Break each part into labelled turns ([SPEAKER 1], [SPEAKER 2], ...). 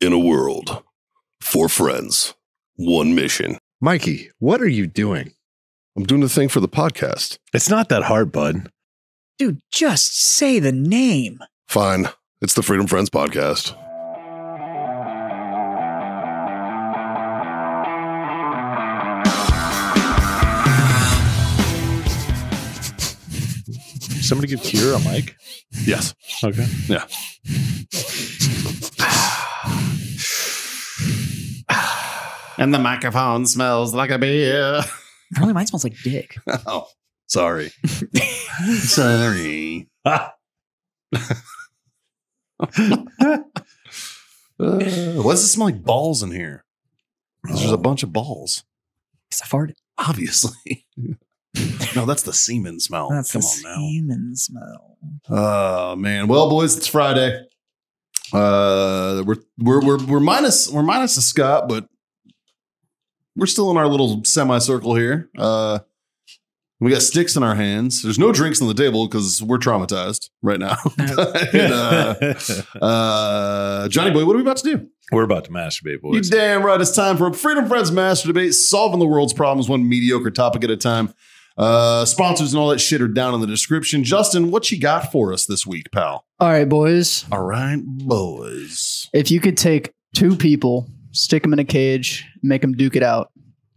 [SPEAKER 1] in a world. Four friends, one mission.
[SPEAKER 2] Mikey, what are you doing?
[SPEAKER 1] I'm doing the thing for the podcast.
[SPEAKER 3] It's not that hard, bud.
[SPEAKER 4] Dude, just say the name.
[SPEAKER 1] Fine. It's the Freedom Friends podcast.
[SPEAKER 3] Somebody give Cure a mic.
[SPEAKER 1] Yes.
[SPEAKER 3] Okay.
[SPEAKER 1] Yeah.
[SPEAKER 5] And the microphone smells like a beer.
[SPEAKER 4] Apparently mine smells like dick.
[SPEAKER 1] Oh, sorry.
[SPEAKER 5] Sorry.
[SPEAKER 1] why does it smell like balls in here?
[SPEAKER 3] Oh.
[SPEAKER 1] There's a bunch of balls,
[SPEAKER 4] Because I farted.
[SPEAKER 1] obviously. no, that's the semen smell.
[SPEAKER 4] That's
[SPEAKER 1] Come
[SPEAKER 4] the
[SPEAKER 1] on now.
[SPEAKER 4] semen smell.
[SPEAKER 1] Oh man. Well, boys, it's Friday. Uh we're we're we're we're minus we're minus a Scott, but we're still in our little semicircle here. Uh we got sticks in our hands. There's no drinks on the table because we're traumatized right now. But, uh, uh, Johnny Boy, what are we about to do?
[SPEAKER 3] We're about to masturbate, boys.
[SPEAKER 1] You damn right. It's time for Freedom Friends Master Debate, solving the world's problems one mediocre topic at a time. Uh, sponsors and all that shit are down in the description. Justin, what you got for us this week, pal?
[SPEAKER 6] All right, boys.
[SPEAKER 1] All right, boys.
[SPEAKER 6] If you could take two people, stick them in a cage, make them duke it out,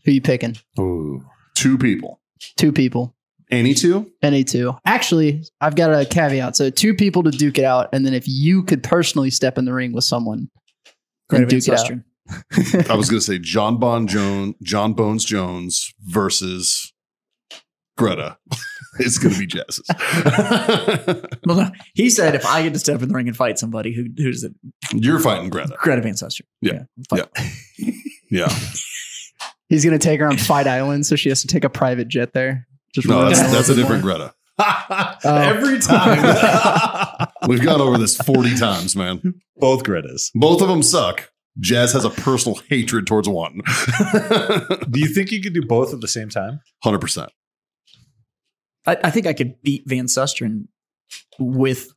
[SPEAKER 6] who you picking?
[SPEAKER 3] Ooh.
[SPEAKER 1] Two people.
[SPEAKER 6] Two people,
[SPEAKER 1] Any two?
[SPEAKER 6] any two. Actually, I've got a caveat. So two people to duke it out, and then if you could personally step in the ring with someone,
[SPEAKER 4] Great
[SPEAKER 6] and duke it out.
[SPEAKER 4] question.
[SPEAKER 1] I was going to say John Bon Jones, John Bones Jones versus Greta. it's going to be Jazz's.
[SPEAKER 4] Well, no, he said if I get to step in the ring and fight somebody, who who's it?
[SPEAKER 1] You're fighting Greta.
[SPEAKER 4] Greta Van Susteren.
[SPEAKER 1] Yeah.
[SPEAKER 4] Fuck.
[SPEAKER 1] Yeah. Yeah.
[SPEAKER 6] He's gonna take her on Fight Island, so she has to take a private jet there. Just
[SPEAKER 1] No,
[SPEAKER 6] run
[SPEAKER 1] that's,
[SPEAKER 6] down
[SPEAKER 1] that's a
[SPEAKER 6] little
[SPEAKER 1] different
[SPEAKER 6] bit
[SPEAKER 1] Greta.
[SPEAKER 4] Uh,
[SPEAKER 5] Every time.
[SPEAKER 1] We've gone over this 40 times, man.
[SPEAKER 3] Both Greta's.
[SPEAKER 1] Both of them suck. Jazz has a personal hatred towards one.
[SPEAKER 3] Do you think you could do both at the same time?
[SPEAKER 1] 100%.
[SPEAKER 4] I, I think I could beat Van Susteren with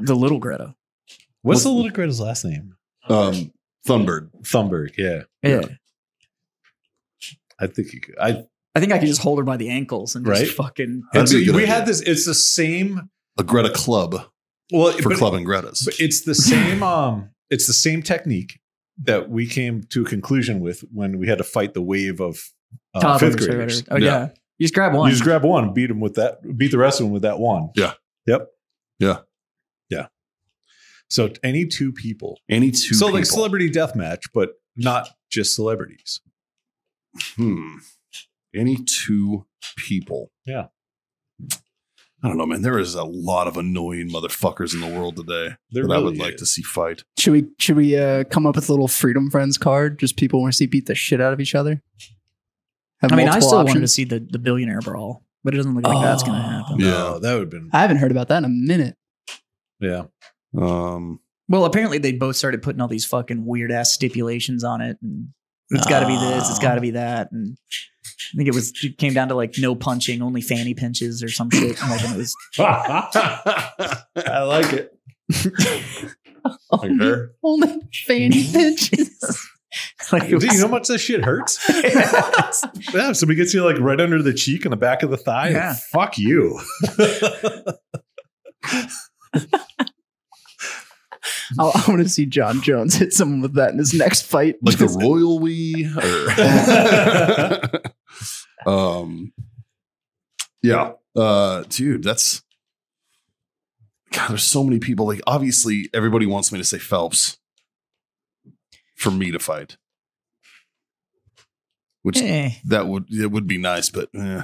[SPEAKER 4] the little Greta.
[SPEAKER 3] What's the little Greta's last name?
[SPEAKER 1] Um, Thunbird.
[SPEAKER 3] Thunberg. Yeah.
[SPEAKER 4] Yeah.
[SPEAKER 3] I think you could. I,
[SPEAKER 4] I think I could just hold her by the ankles and just
[SPEAKER 3] Right.
[SPEAKER 4] fucking.
[SPEAKER 3] and
[SPEAKER 1] That'd
[SPEAKER 3] so
[SPEAKER 1] be a
[SPEAKER 3] we
[SPEAKER 1] good idea.
[SPEAKER 3] had this. It's the same.
[SPEAKER 1] A Greta club
[SPEAKER 3] Well,
[SPEAKER 1] for
[SPEAKER 3] but-
[SPEAKER 1] Club and Greta's.
[SPEAKER 3] But it's the same. Um, it's the same technique that we came to a conclusion with when we had to fight the wave of uh,
[SPEAKER 4] toddlers
[SPEAKER 3] fifth
[SPEAKER 4] or
[SPEAKER 3] graders.
[SPEAKER 4] whatever. Oh, yeah.
[SPEAKER 1] Yeah.
[SPEAKER 4] You just grab one.
[SPEAKER 3] You just grab one, beat them with that, beat the rest of them with that one.
[SPEAKER 1] Yeah.
[SPEAKER 3] Yep.
[SPEAKER 1] Yeah.
[SPEAKER 3] Yeah. So any two people.
[SPEAKER 1] Any two
[SPEAKER 3] so
[SPEAKER 1] people.
[SPEAKER 3] like celebrity death match, but not just celebrities.
[SPEAKER 1] Hmm. Any two people.
[SPEAKER 3] Yeah.
[SPEAKER 1] I don't know, man. There is a lot of annoying motherfuckers in the world today
[SPEAKER 3] There
[SPEAKER 1] that I would
[SPEAKER 3] really
[SPEAKER 1] like
[SPEAKER 3] is.
[SPEAKER 1] to see fight.
[SPEAKER 6] Should we should we uh, come up with a little freedom friends card? Just people want to see beat the shit out of each other. Have
[SPEAKER 4] I mean, I
[SPEAKER 6] multiple
[SPEAKER 4] still wanted to
[SPEAKER 6] options?
[SPEAKER 4] see the, the billionaire brawl, but it doesn't look like that's going to happen.
[SPEAKER 3] No, that would have been
[SPEAKER 6] I haven't heard about that in a minute.
[SPEAKER 3] yeah.
[SPEAKER 1] Um,
[SPEAKER 4] Well, apparently they both started putting all these fucking weird ass stipulations on it, and it's got to be this, it's got to be that, and I think it was it came down to like no punching, only fanny pinches or some shit. And like, and it was
[SPEAKER 3] I like it.
[SPEAKER 4] Oh,
[SPEAKER 1] Like her?
[SPEAKER 6] Only fanny pinches.
[SPEAKER 4] like it
[SPEAKER 3] Do you
[SPEAKER 4] was-
[SPEAKER 3] know how much that shit hurts? yeah, somebody gets you like right under the cheek and the back of the thigh.
[SPEAKER 4] Yeah.
[SPEAKER 3] Fuck you.
[SPEAKER 6] I, want to see John Jones hit someone with that in his next fight.
[SPEAKER 1] like the royal we or um yeah uh dude that's god there's so many people like obviously everybody wants me to say phelps for me to fight which
[SPEAKER 4] Eh.
[SPEAKER 1] that would it would be nice but eh.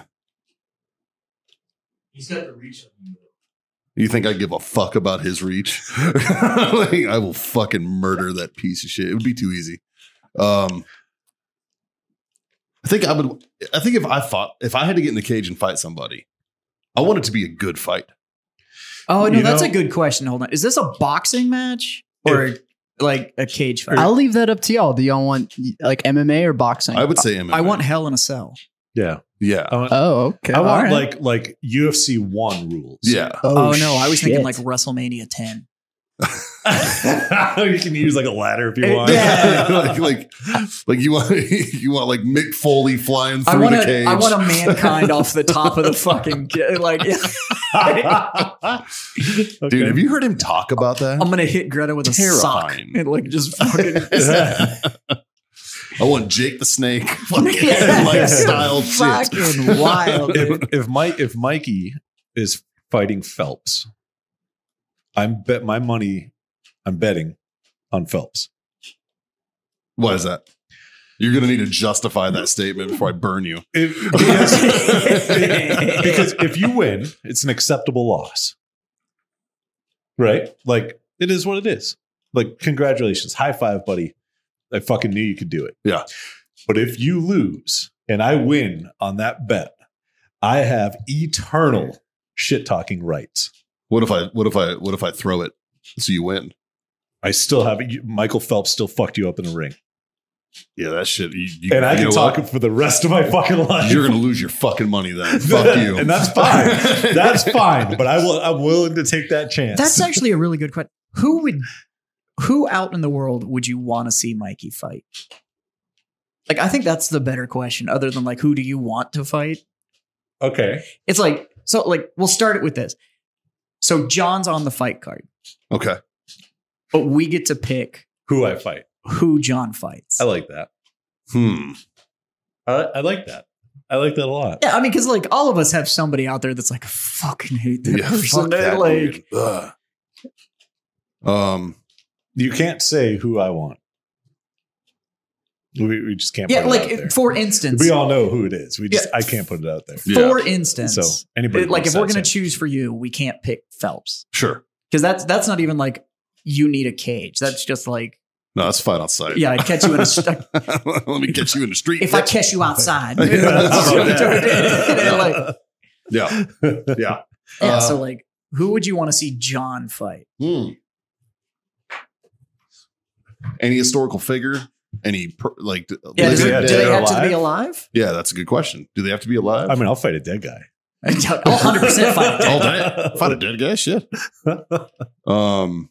[SPEAKER 7] He's got the reach of him.
[SPEAKER 1] you think i give a fuck about his reach like, i will fucking murder that piece of shit it would be too easy um I think I would. I think if I fought, if I had to get in the cage and fight somebody, I want it to be a good fight.
[SPEAKER 4] oh no,
[SPEAKER 3] You
[SPEAKER 4] that's
[SPEAKER 3] know-
[SPEAKER 4] a good question. Hold on, is this a boxing match or like a cage fight?
[SPEAKER 6] I'll leave that up to y'all. Do y'all want like MMA or boxing?
[SPEAKER 1] I would say MMA.
[SPEAKER 4] I want Hell in a Cell.
[SPEAKER 3] Yeah.
[SPEAKER 1] yeah,
[SPEAKER 3] I want,
[SPEAKER 6] Oh, okay.
[SPEAKER 3] I want
[SPEAKER 4] Alright.
[SPEAKER 3] like like UFC one rules.
[SPEAKER 1] yeah.
[SPEAKER 4] Oh, no, I was thinking like
[SPEAKER 6] shit.
[SPEAKER 4] WrestleMania ten.
[SPEAKER 3] you can use like a ladder if you want.
[SPEAKER 4] Yeah.
[SPEAKER 1] like, like, like you want, you want like Mick Foley flying
[SPEAKER 4] I
[SPEAKER 1] through
[SPEAKER 4] want
[SPEAKER 1] the
[SPEAKER 4] to.
[SPEAKER 1] cage.
[SPEAKER 4] I want a mankind off the top of the fucking ca- like.
[SPEAKER 1] Dude, have you heard him talk about that?
[SPEAKER 4] I'm gonna hit Greta with a sock
[SPEAKER 1] Terrifying.
[SPEAKER 4] and like just fucking
[SPEAKER 1] I want Jake the Snake, fucking
[SPEAKER 4] Yeah.
[SPEAKER 1] lifestyle shit.
[SPEAKER 4] fucking wild.
[SPEAKER 3] if,
[SPEAKER 4] Dude.
[SPEAKER 3] if Mike if Mikey is fighting Phelps, I'm bet my money. I'm betting on Phelps.
[SPEAKER 1] What is that? You're gonna need to justify that statement before I burn you.
[SPEAKER 3] If- because, because if you win, it's an acceptable loss, right? Like it is what it is. Like congratulations, high five, buddy. I fucking knew you could do it.
[SPEAKER 1] Yeah.
[SPEAKER 3] But if you lose and I win on that bet, I have eternal shit talking rights.
[SPEAKER 1] What if I? What if I? What if I throw it so you win?
[SPEAKER 3] I still have you- Michael Phelps still fucked you up in the ring,
[SPEAKER 1] Yeah, that shit. You, you,
[SPEAKER 3] and I
[SPEAKER 1] you
[SPEAKER 3] can
[SPEAKER 1] know
[SPEAKER 3] talk
[SPEAKER 1] what?
[SPEAKER 3] for the rest of my fucking life.
[SPEAKER 1] You're gonna lose your fucking money then. Fuck you.
[SPEAKER 3] and that's fine. That's fine, but I will. I'm willing to take that chance.
[SPEAKER 4] That's actually a really good question. Who would, who out in the world would you want to see Mikey fight? Like, I think that's the better question. Other than like, who do you want to fight?
[SPEAKER 3] okay.
[SPEAKER 4] It's like so. Like, we'll start it with this. So John's on the fight card,
[SPEAKER 1] okay.
[SPEAKER 4] but we get to pick
[SPEAKER 3] Who I fight?
[SPEAKER 4] who John fights.
[SPEAKER 3] I like that.
[SPEAKER 1] Hmm.
[SPEAKER 3] I, I like that. I like that a lot.
[SPEAKER 4] Yeah, I mean, because like all of us have somebody out there that's like, I fucking hate that
[SPEAKER 1] Yeah,
[SPEAKER 4] person.
[SPEAKER 1] fuck
[SPEAKER 4] They're
[SPEAKER 1] that
[SPEAKER 4] like,
[SPEAKER 1] dude. Ugh. Um.
[SPEAKER 3] You can't say who I want. We, we just can't.
[SPEAKER 4] yeah,
[SPEAKER 3] put it out
[SPEAKER 4] like
[SPEAKER 3] there.
[SPEAKER 4] for instance,
[SPEAKER 3] we all know who it is. We just
[SPEAKER 4] Yeah.
[SPEAKER 3] I can't put it out there.
[SPEAKER 1] Yeah.
[SPEAKER 4] for instance,
[SPEAKER 3] So anybody
[SPEAKER 4] it- like
[SPEAKER 3] who
[SPEAKER 4] if we're
[SPEAKER 3] says
[SPEAKER 4] gonna
[SPEAKER 3] it.
[SPEAKER 4] choose for you, we can't pick Phelps
[SPEAKER 1] Sure.
[SPEAKER 4] because that's that's not even like you need a cage. That's just like,
[SPEAKER 1] No, that's fine outside.
[SPEAKER 4] yeah, I catch you in a. St-
[SPEAKER 1] Let me get you in the street.
[SPEAKER 4] if I
[SPEAKER 1] bitch.
[SPEAKER 4] catch you outside,
[SPEAKER 1] Yeah, Oh, Uh-huh. that's about
[SPEAKER 3] that.
[SPEAKER 4] They're like-
[SPEAKER 1] yeah. Yeah.
[SPEAKER 4] yeah.
[SPEAKER 1] Uh,
[SPEAKER 4] So like, who would you want to see John fight?
[SPEAKER 1] Hmm. Any historical figure? Any per, like?
[SPEAKER 4] Yeah,
[SPEAKER 1] living
[SPEAKER 4] do,
[SPEAKER 3] he
[SPEAKER 4] they-
[SPEAKER 3] have
[SPEAKER 4] do
[SPEAKER 1] dead?
[SPEAKER 3] to
[SPEAKER 4] they
[SPEAKER 3] be
[SPEAKER 4] have to be
[SPEAKER 3] alive?
[SPEAKER 4] alive?
[SPEAKER 1] Yeah, that's a good question. Do they have to be alive?
[SPEAKER 3] I mean, I'll fight a dead guy.
[SPEAKER 4] I'll 100% fight a dead
[SPEAKER 1] all day. Fight a dead guy, shit. Um,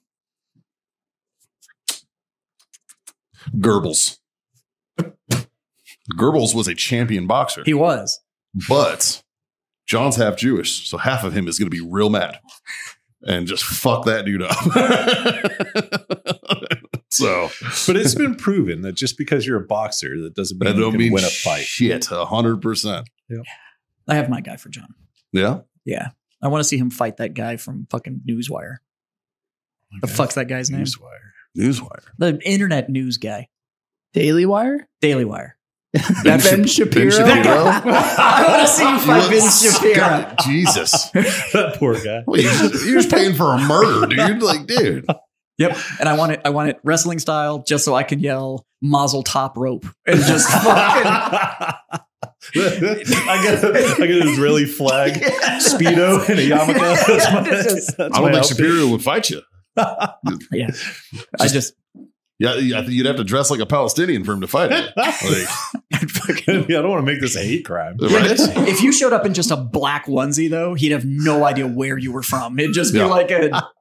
[SPEAKER 1] Goebbels. Goebbels was a champion boxer,
[SPEAKER 4] He was.
[SPEAKER 1] but John's half Jewish, so half of him is going to be real mad and just fuck that dude up. so
[SPEAKER 3] But it's been proven that just because you're a boxer, that doesn't mean
[SPEAKER 1] that
[SPEAKER 3] you
[SPEAKER 1] don't
[SPEAKER 3] can
[SPEAKER 1] mean
[SPEAKER 3] win a fight.
[SPEAKER 1] shit. hundred percent.
[SPEAKER 4] I have my guy for John.
[SPEAKER 1] Yeah.
[SPEAKER 4] Yeah. I want to see him fight that guy from fucking Newswire. The fuck's that guy's name?
[SPEAKER 3] Newswire.
[SPEAKER 1] Newswire.
[SPEAKER 4] The internet news guy.
[SPEAKER 6] Daily Wire?
[SPEAKER 4] Daily Wire.
[SPEAKER 6] That Ben Shapiro?
[SPEAKER 4] I want to see you fight Ben
[SPEAKER 1] Let's-
[SPEAKER 4] Shapiro.
[SPEAKER 1] God, Jesus.
[SPEAKER 3] that poor guy.
[SPEAKER 1] Well, you're, just, you're just paying for a murder, dude. Like, dude.
[SPEAKER 4] Yep. And I want it I want it wrestling style just so I can yell mazel top rope and just fucking
[SPEAKER 3] I got a, I got an Israeli flag, speedo, and a yarmulke. That's my,
[SPEAKER 4] Just-
[SPEAKER 3] that's
[SPEAKER 1] I
[SPEAKER 3] my
[SPEAKER 1] don't think
[SPEAKER 3] outfit.
[SPEAKER 1] Shapiro would fight you.
[SPEAKER 4] Yeah. I just
[SPEAKER 1] Yeah, I think you'd have to dress like a Palestinian for him to fight it. Like,
[SPEAKER 4] I'd fucking
[SPEAKER 3] Yeah, I don't want to make this a hate crime.
[SPEAKER 1] right?
[SPEAKER 4] if you showed up in just a black onesie though, he'd have no idea where you were from. It'd just be
[SPEAKER 1] Yeah.
[SPEAKER 4] like a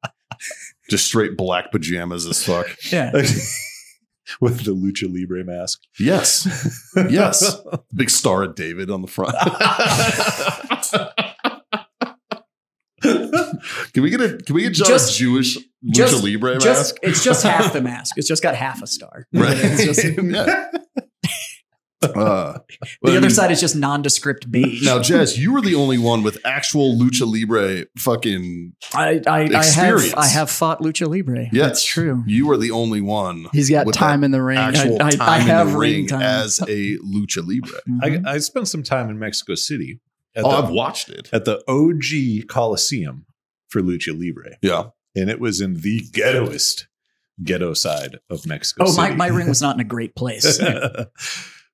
[SPEAKER 1] Just straight black pajamas as fuck.
[SPEAKER 4] yeah.
[SPEAKER 3] With the lucha libre mask.
[SPEAKER 1] Yes. Yes. Big star of David on the front. can we get a can we get John's
[SPEAKER 4] Just-
[SPEAKER 1] Jewish lucha
[SPEAKER 4] just-
[SPEAKER 1] libre
[SPEAKER 4] Just
[SPEAKER 1] mask?
[SPEAKER 4] it's just half the mask. It's just got half a star.
[SPEAKER 1] Right.
[SPEAKER 4] It's just-
[SPEAKER 1] yeah. Uh,
[SPEAKER 4] the
[SPEAKER 1] but I
[SPEAKER 4] other
[SPEAKER 1] mean,
[SPEAKER 4] side is just nondescript beige.
[SPEAKER 1] Now, Jess, you were the only one with actual lucha libre fucking
[SPEAKER 4] I, I, I
[SPEAKER 1] Experience.
[SPEAKER 4] have I have fought lucha libre.
[SPEAKER 1] Yes.
[SPEAKER 4] That's true.
[SPEAKER 1] You are the only one
[SPEAKER 6] He's got
[SPEAKER 1] With
[SPEAKER 6] time in the ring.
[SPEAKER 1] actual
[SPEAKER 4] I- I
[SPEAKER 1] time in
[SPEAKER 4] have
[SPEAKER 1] the
[SPEAKER 4] ring
[SPEAKER 1] ring
[SPEAKER 4] time.
[SPEAKER 1] as a lucha libre.
[SPEAKER 4] Mm-hmm.
[SPEAKER 3] I, I spent some time in Mexico City at,
[SPEAKER 1] Mm-hmm. Oh,
[SPEAKER 3] the,
[SPEAKER 1] I've watched it.
[SPEAKER 3] at the OG Coliseum for lucha libre,
[SPEAKER 1] Yeah,
[SPEAKER 3] and it was in the ghettoest ghetto side of Mexico.
[SPEAKER 4] oh, my,
[SPEAKER 3] City.
[SPEAKER 4] my ring was not in a great place.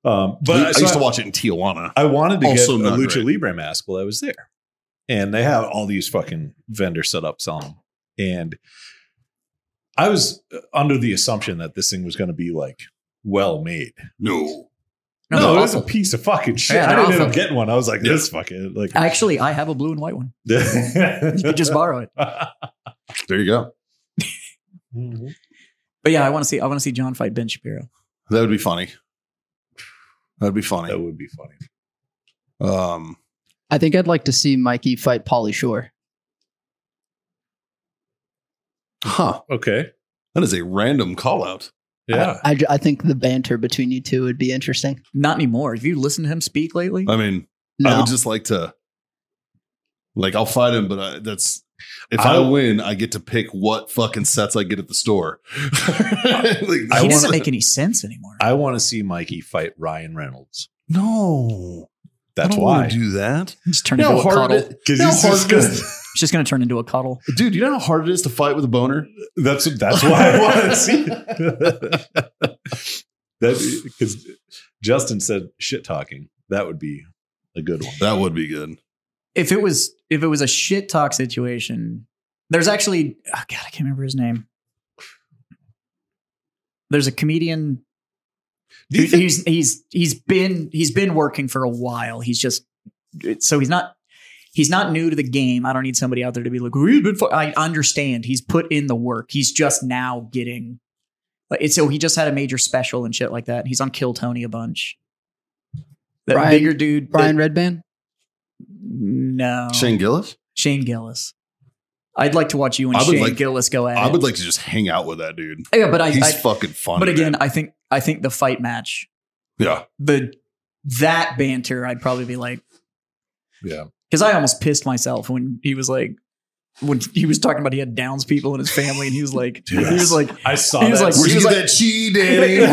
[SPEAKER 3] um, but
[SPEAKER 1] I,
[SPEAKER 3] so
[SPEAKER 1] used to watch it in Tijuana.
[SPEAKER 3] I wanted to
[SPEAKER 1] Also
[SPEAKER 3] get a
[SPEAKER 1] not
[SPEAKER 3] Lucha
[SPEAKER 1] great.
[SPEAKER 3] Libre mask while I was there. And they have all these fucking vendors set up selling them. And I was uh, under the assumption that this thing was going to be like well made.
[SPEAKER 1] No,
[SPEAKER 4] No,
[SPEAKER 3] No,
[SPEAKER 4] they're
[SPEAKER 3] it was a
[SPEAKER 4] awful.
[SPEAKER 3] piece of fucking shit.
[SPEAKER 4] Yeah,
[SPEAKER 3] I
[SPEAKER 4] they're
[SPEAKER 3] didn't end up
[SPEAKER 4] awful.
[SPEAKER 3] getting one. I was like,
[SPEAKER 1] Yeah. Uh,
[SPEAKER 3] this fucking like
[SPEAKER 4] Actually, I have a blue and white one. You could just borrow it.
[SPEAKER 3] I
[SPEAKER 1] there you go.
[SPEAKER 4] But yeah, I want to see. I want to see John fight Ben Shapiro.
[SPEAKER 1] That would be funny. That'd be funny.
[SPEAKER 3] That would be funny.
[SPEAKER 1] Um,
[SPEAKER 6] I think I'd like to see Mikey fight Polly Shore.
[SPEAKER 1] huh.
[SPEAKER 3] Okay.
[SPEAKER 1] That is a random call out.
[SPEAKER 3] Yeah.
[SPEAKER 6] I, I think the banter between you two would be interesting.
[SPEAKER 4] Not anymore. Have you listened to him speak lately?
[SPEAKER 1] I mean, I
[SPEAKER 6] No,
[SPEAKER 1] would just like to, like, I'll fight him, but I, that's if I,
[SPEAKER 3] I-
[SPEAKER 1] win, I get to pick what fucking sets I get at the store. Like,
[SPEAKER 3] I
[SPEAKER 4] he
[SPEAKER 3] wanna-
[SPEAKER 4] doesn't make any sense anymore.
[SPEAKER 3] I want to see Mikey fight Ryan Reynolds.
[SPEAKER 1] no. I
[SPEAKER 3] That's
[SPEAKER 1] don't
[SPEAKER 3] why.
[SPEAKER 1] wanna do that.
[SPEAKER 4] Just turn
[SPEAKER 1] You know
[SPEAKER 4] into
[SPEAKER 1] how
[SPEAKER 4] a cuddle.
[SPEAKER 1] hard
[SPEAKER 4] It's
[SPEAKER 1] it, you know how hard it is-
[SPEAKER 4] just gonna turn into a cuddle.
[SPEAKER 1] dude. You know how hard it is to fight with a boner.
[SPEAKER 3] That's that's why I want to see. it. that because Justin said shit talking. That would be a good one.
[SPEAKER 1] That would be good.
[SPEAKER 4] If it was if it was a shit talk situation, there's actually oh god, I can't remember his name. There's a comedian.
[SPEAKER 3] Do you
[SPEAKER 4] who-
[SPEAKER 3] think-
[SPEAKER 4] he's he's he's been he's been working for a while. He's just so he's not he's not new to the game. I don't need somebody out there to be like, we've been. fu-" I understand. He's put in the work. He's just now getting. Like, it's, so he just had a major special and shit like that. He's on Kill Tony a bunch. That
[SPEAKER 6] Brian-
[SPEAKER 4] bigger dude,
[SPEAKER 6] Brian Redband.
[SPEAKER 4] No.
[SPEAKER 1] Shane Gillis.
[SPEAKER 4] Shane Gillis. I'd like to watch you and
[SPEAKER 1] I would
[SPEAKER 4] Shane
[SPEAKER 1] like-
[SPEAKER 4] Gillis go at
[SPEAKER 1] I
[SPEAKER 4] it.
[SPEAKER 1] would like to just hang out with that dude.
[SPEAKER 4] yeah, but I,
[SPEAKER 1] He's
[SPEAKER 4] I
[SPEAKER 1] fucking funny.
[SPEAKER 4] but again,
[SPEAKER 1] man.
[SPEAKER 4] I think I think the fight match,
[SPEAKER 1] yeah.
[SPEAKER 4] the that banter, I'd probably be like
[SPEAKER 3] Yeah.
[SPEAKER 4] Cuz I almost pissed myself when he was like when he was talking about he had Downs people in his family and he was like
[SPEAKER 3] Dude,
[SPEAKER 4] he was like
[SPEAKER 3] I saw
[SPEAKER 4] He was
[SPEAKER 3] that.
[SPEAKER 4] like,
[SPEAKER 1] Were
[SPEAKER 4] She
[SPEAKER 1] you
[SPEAKER 4] was like-
[SPEAKER 1] that she, Danny?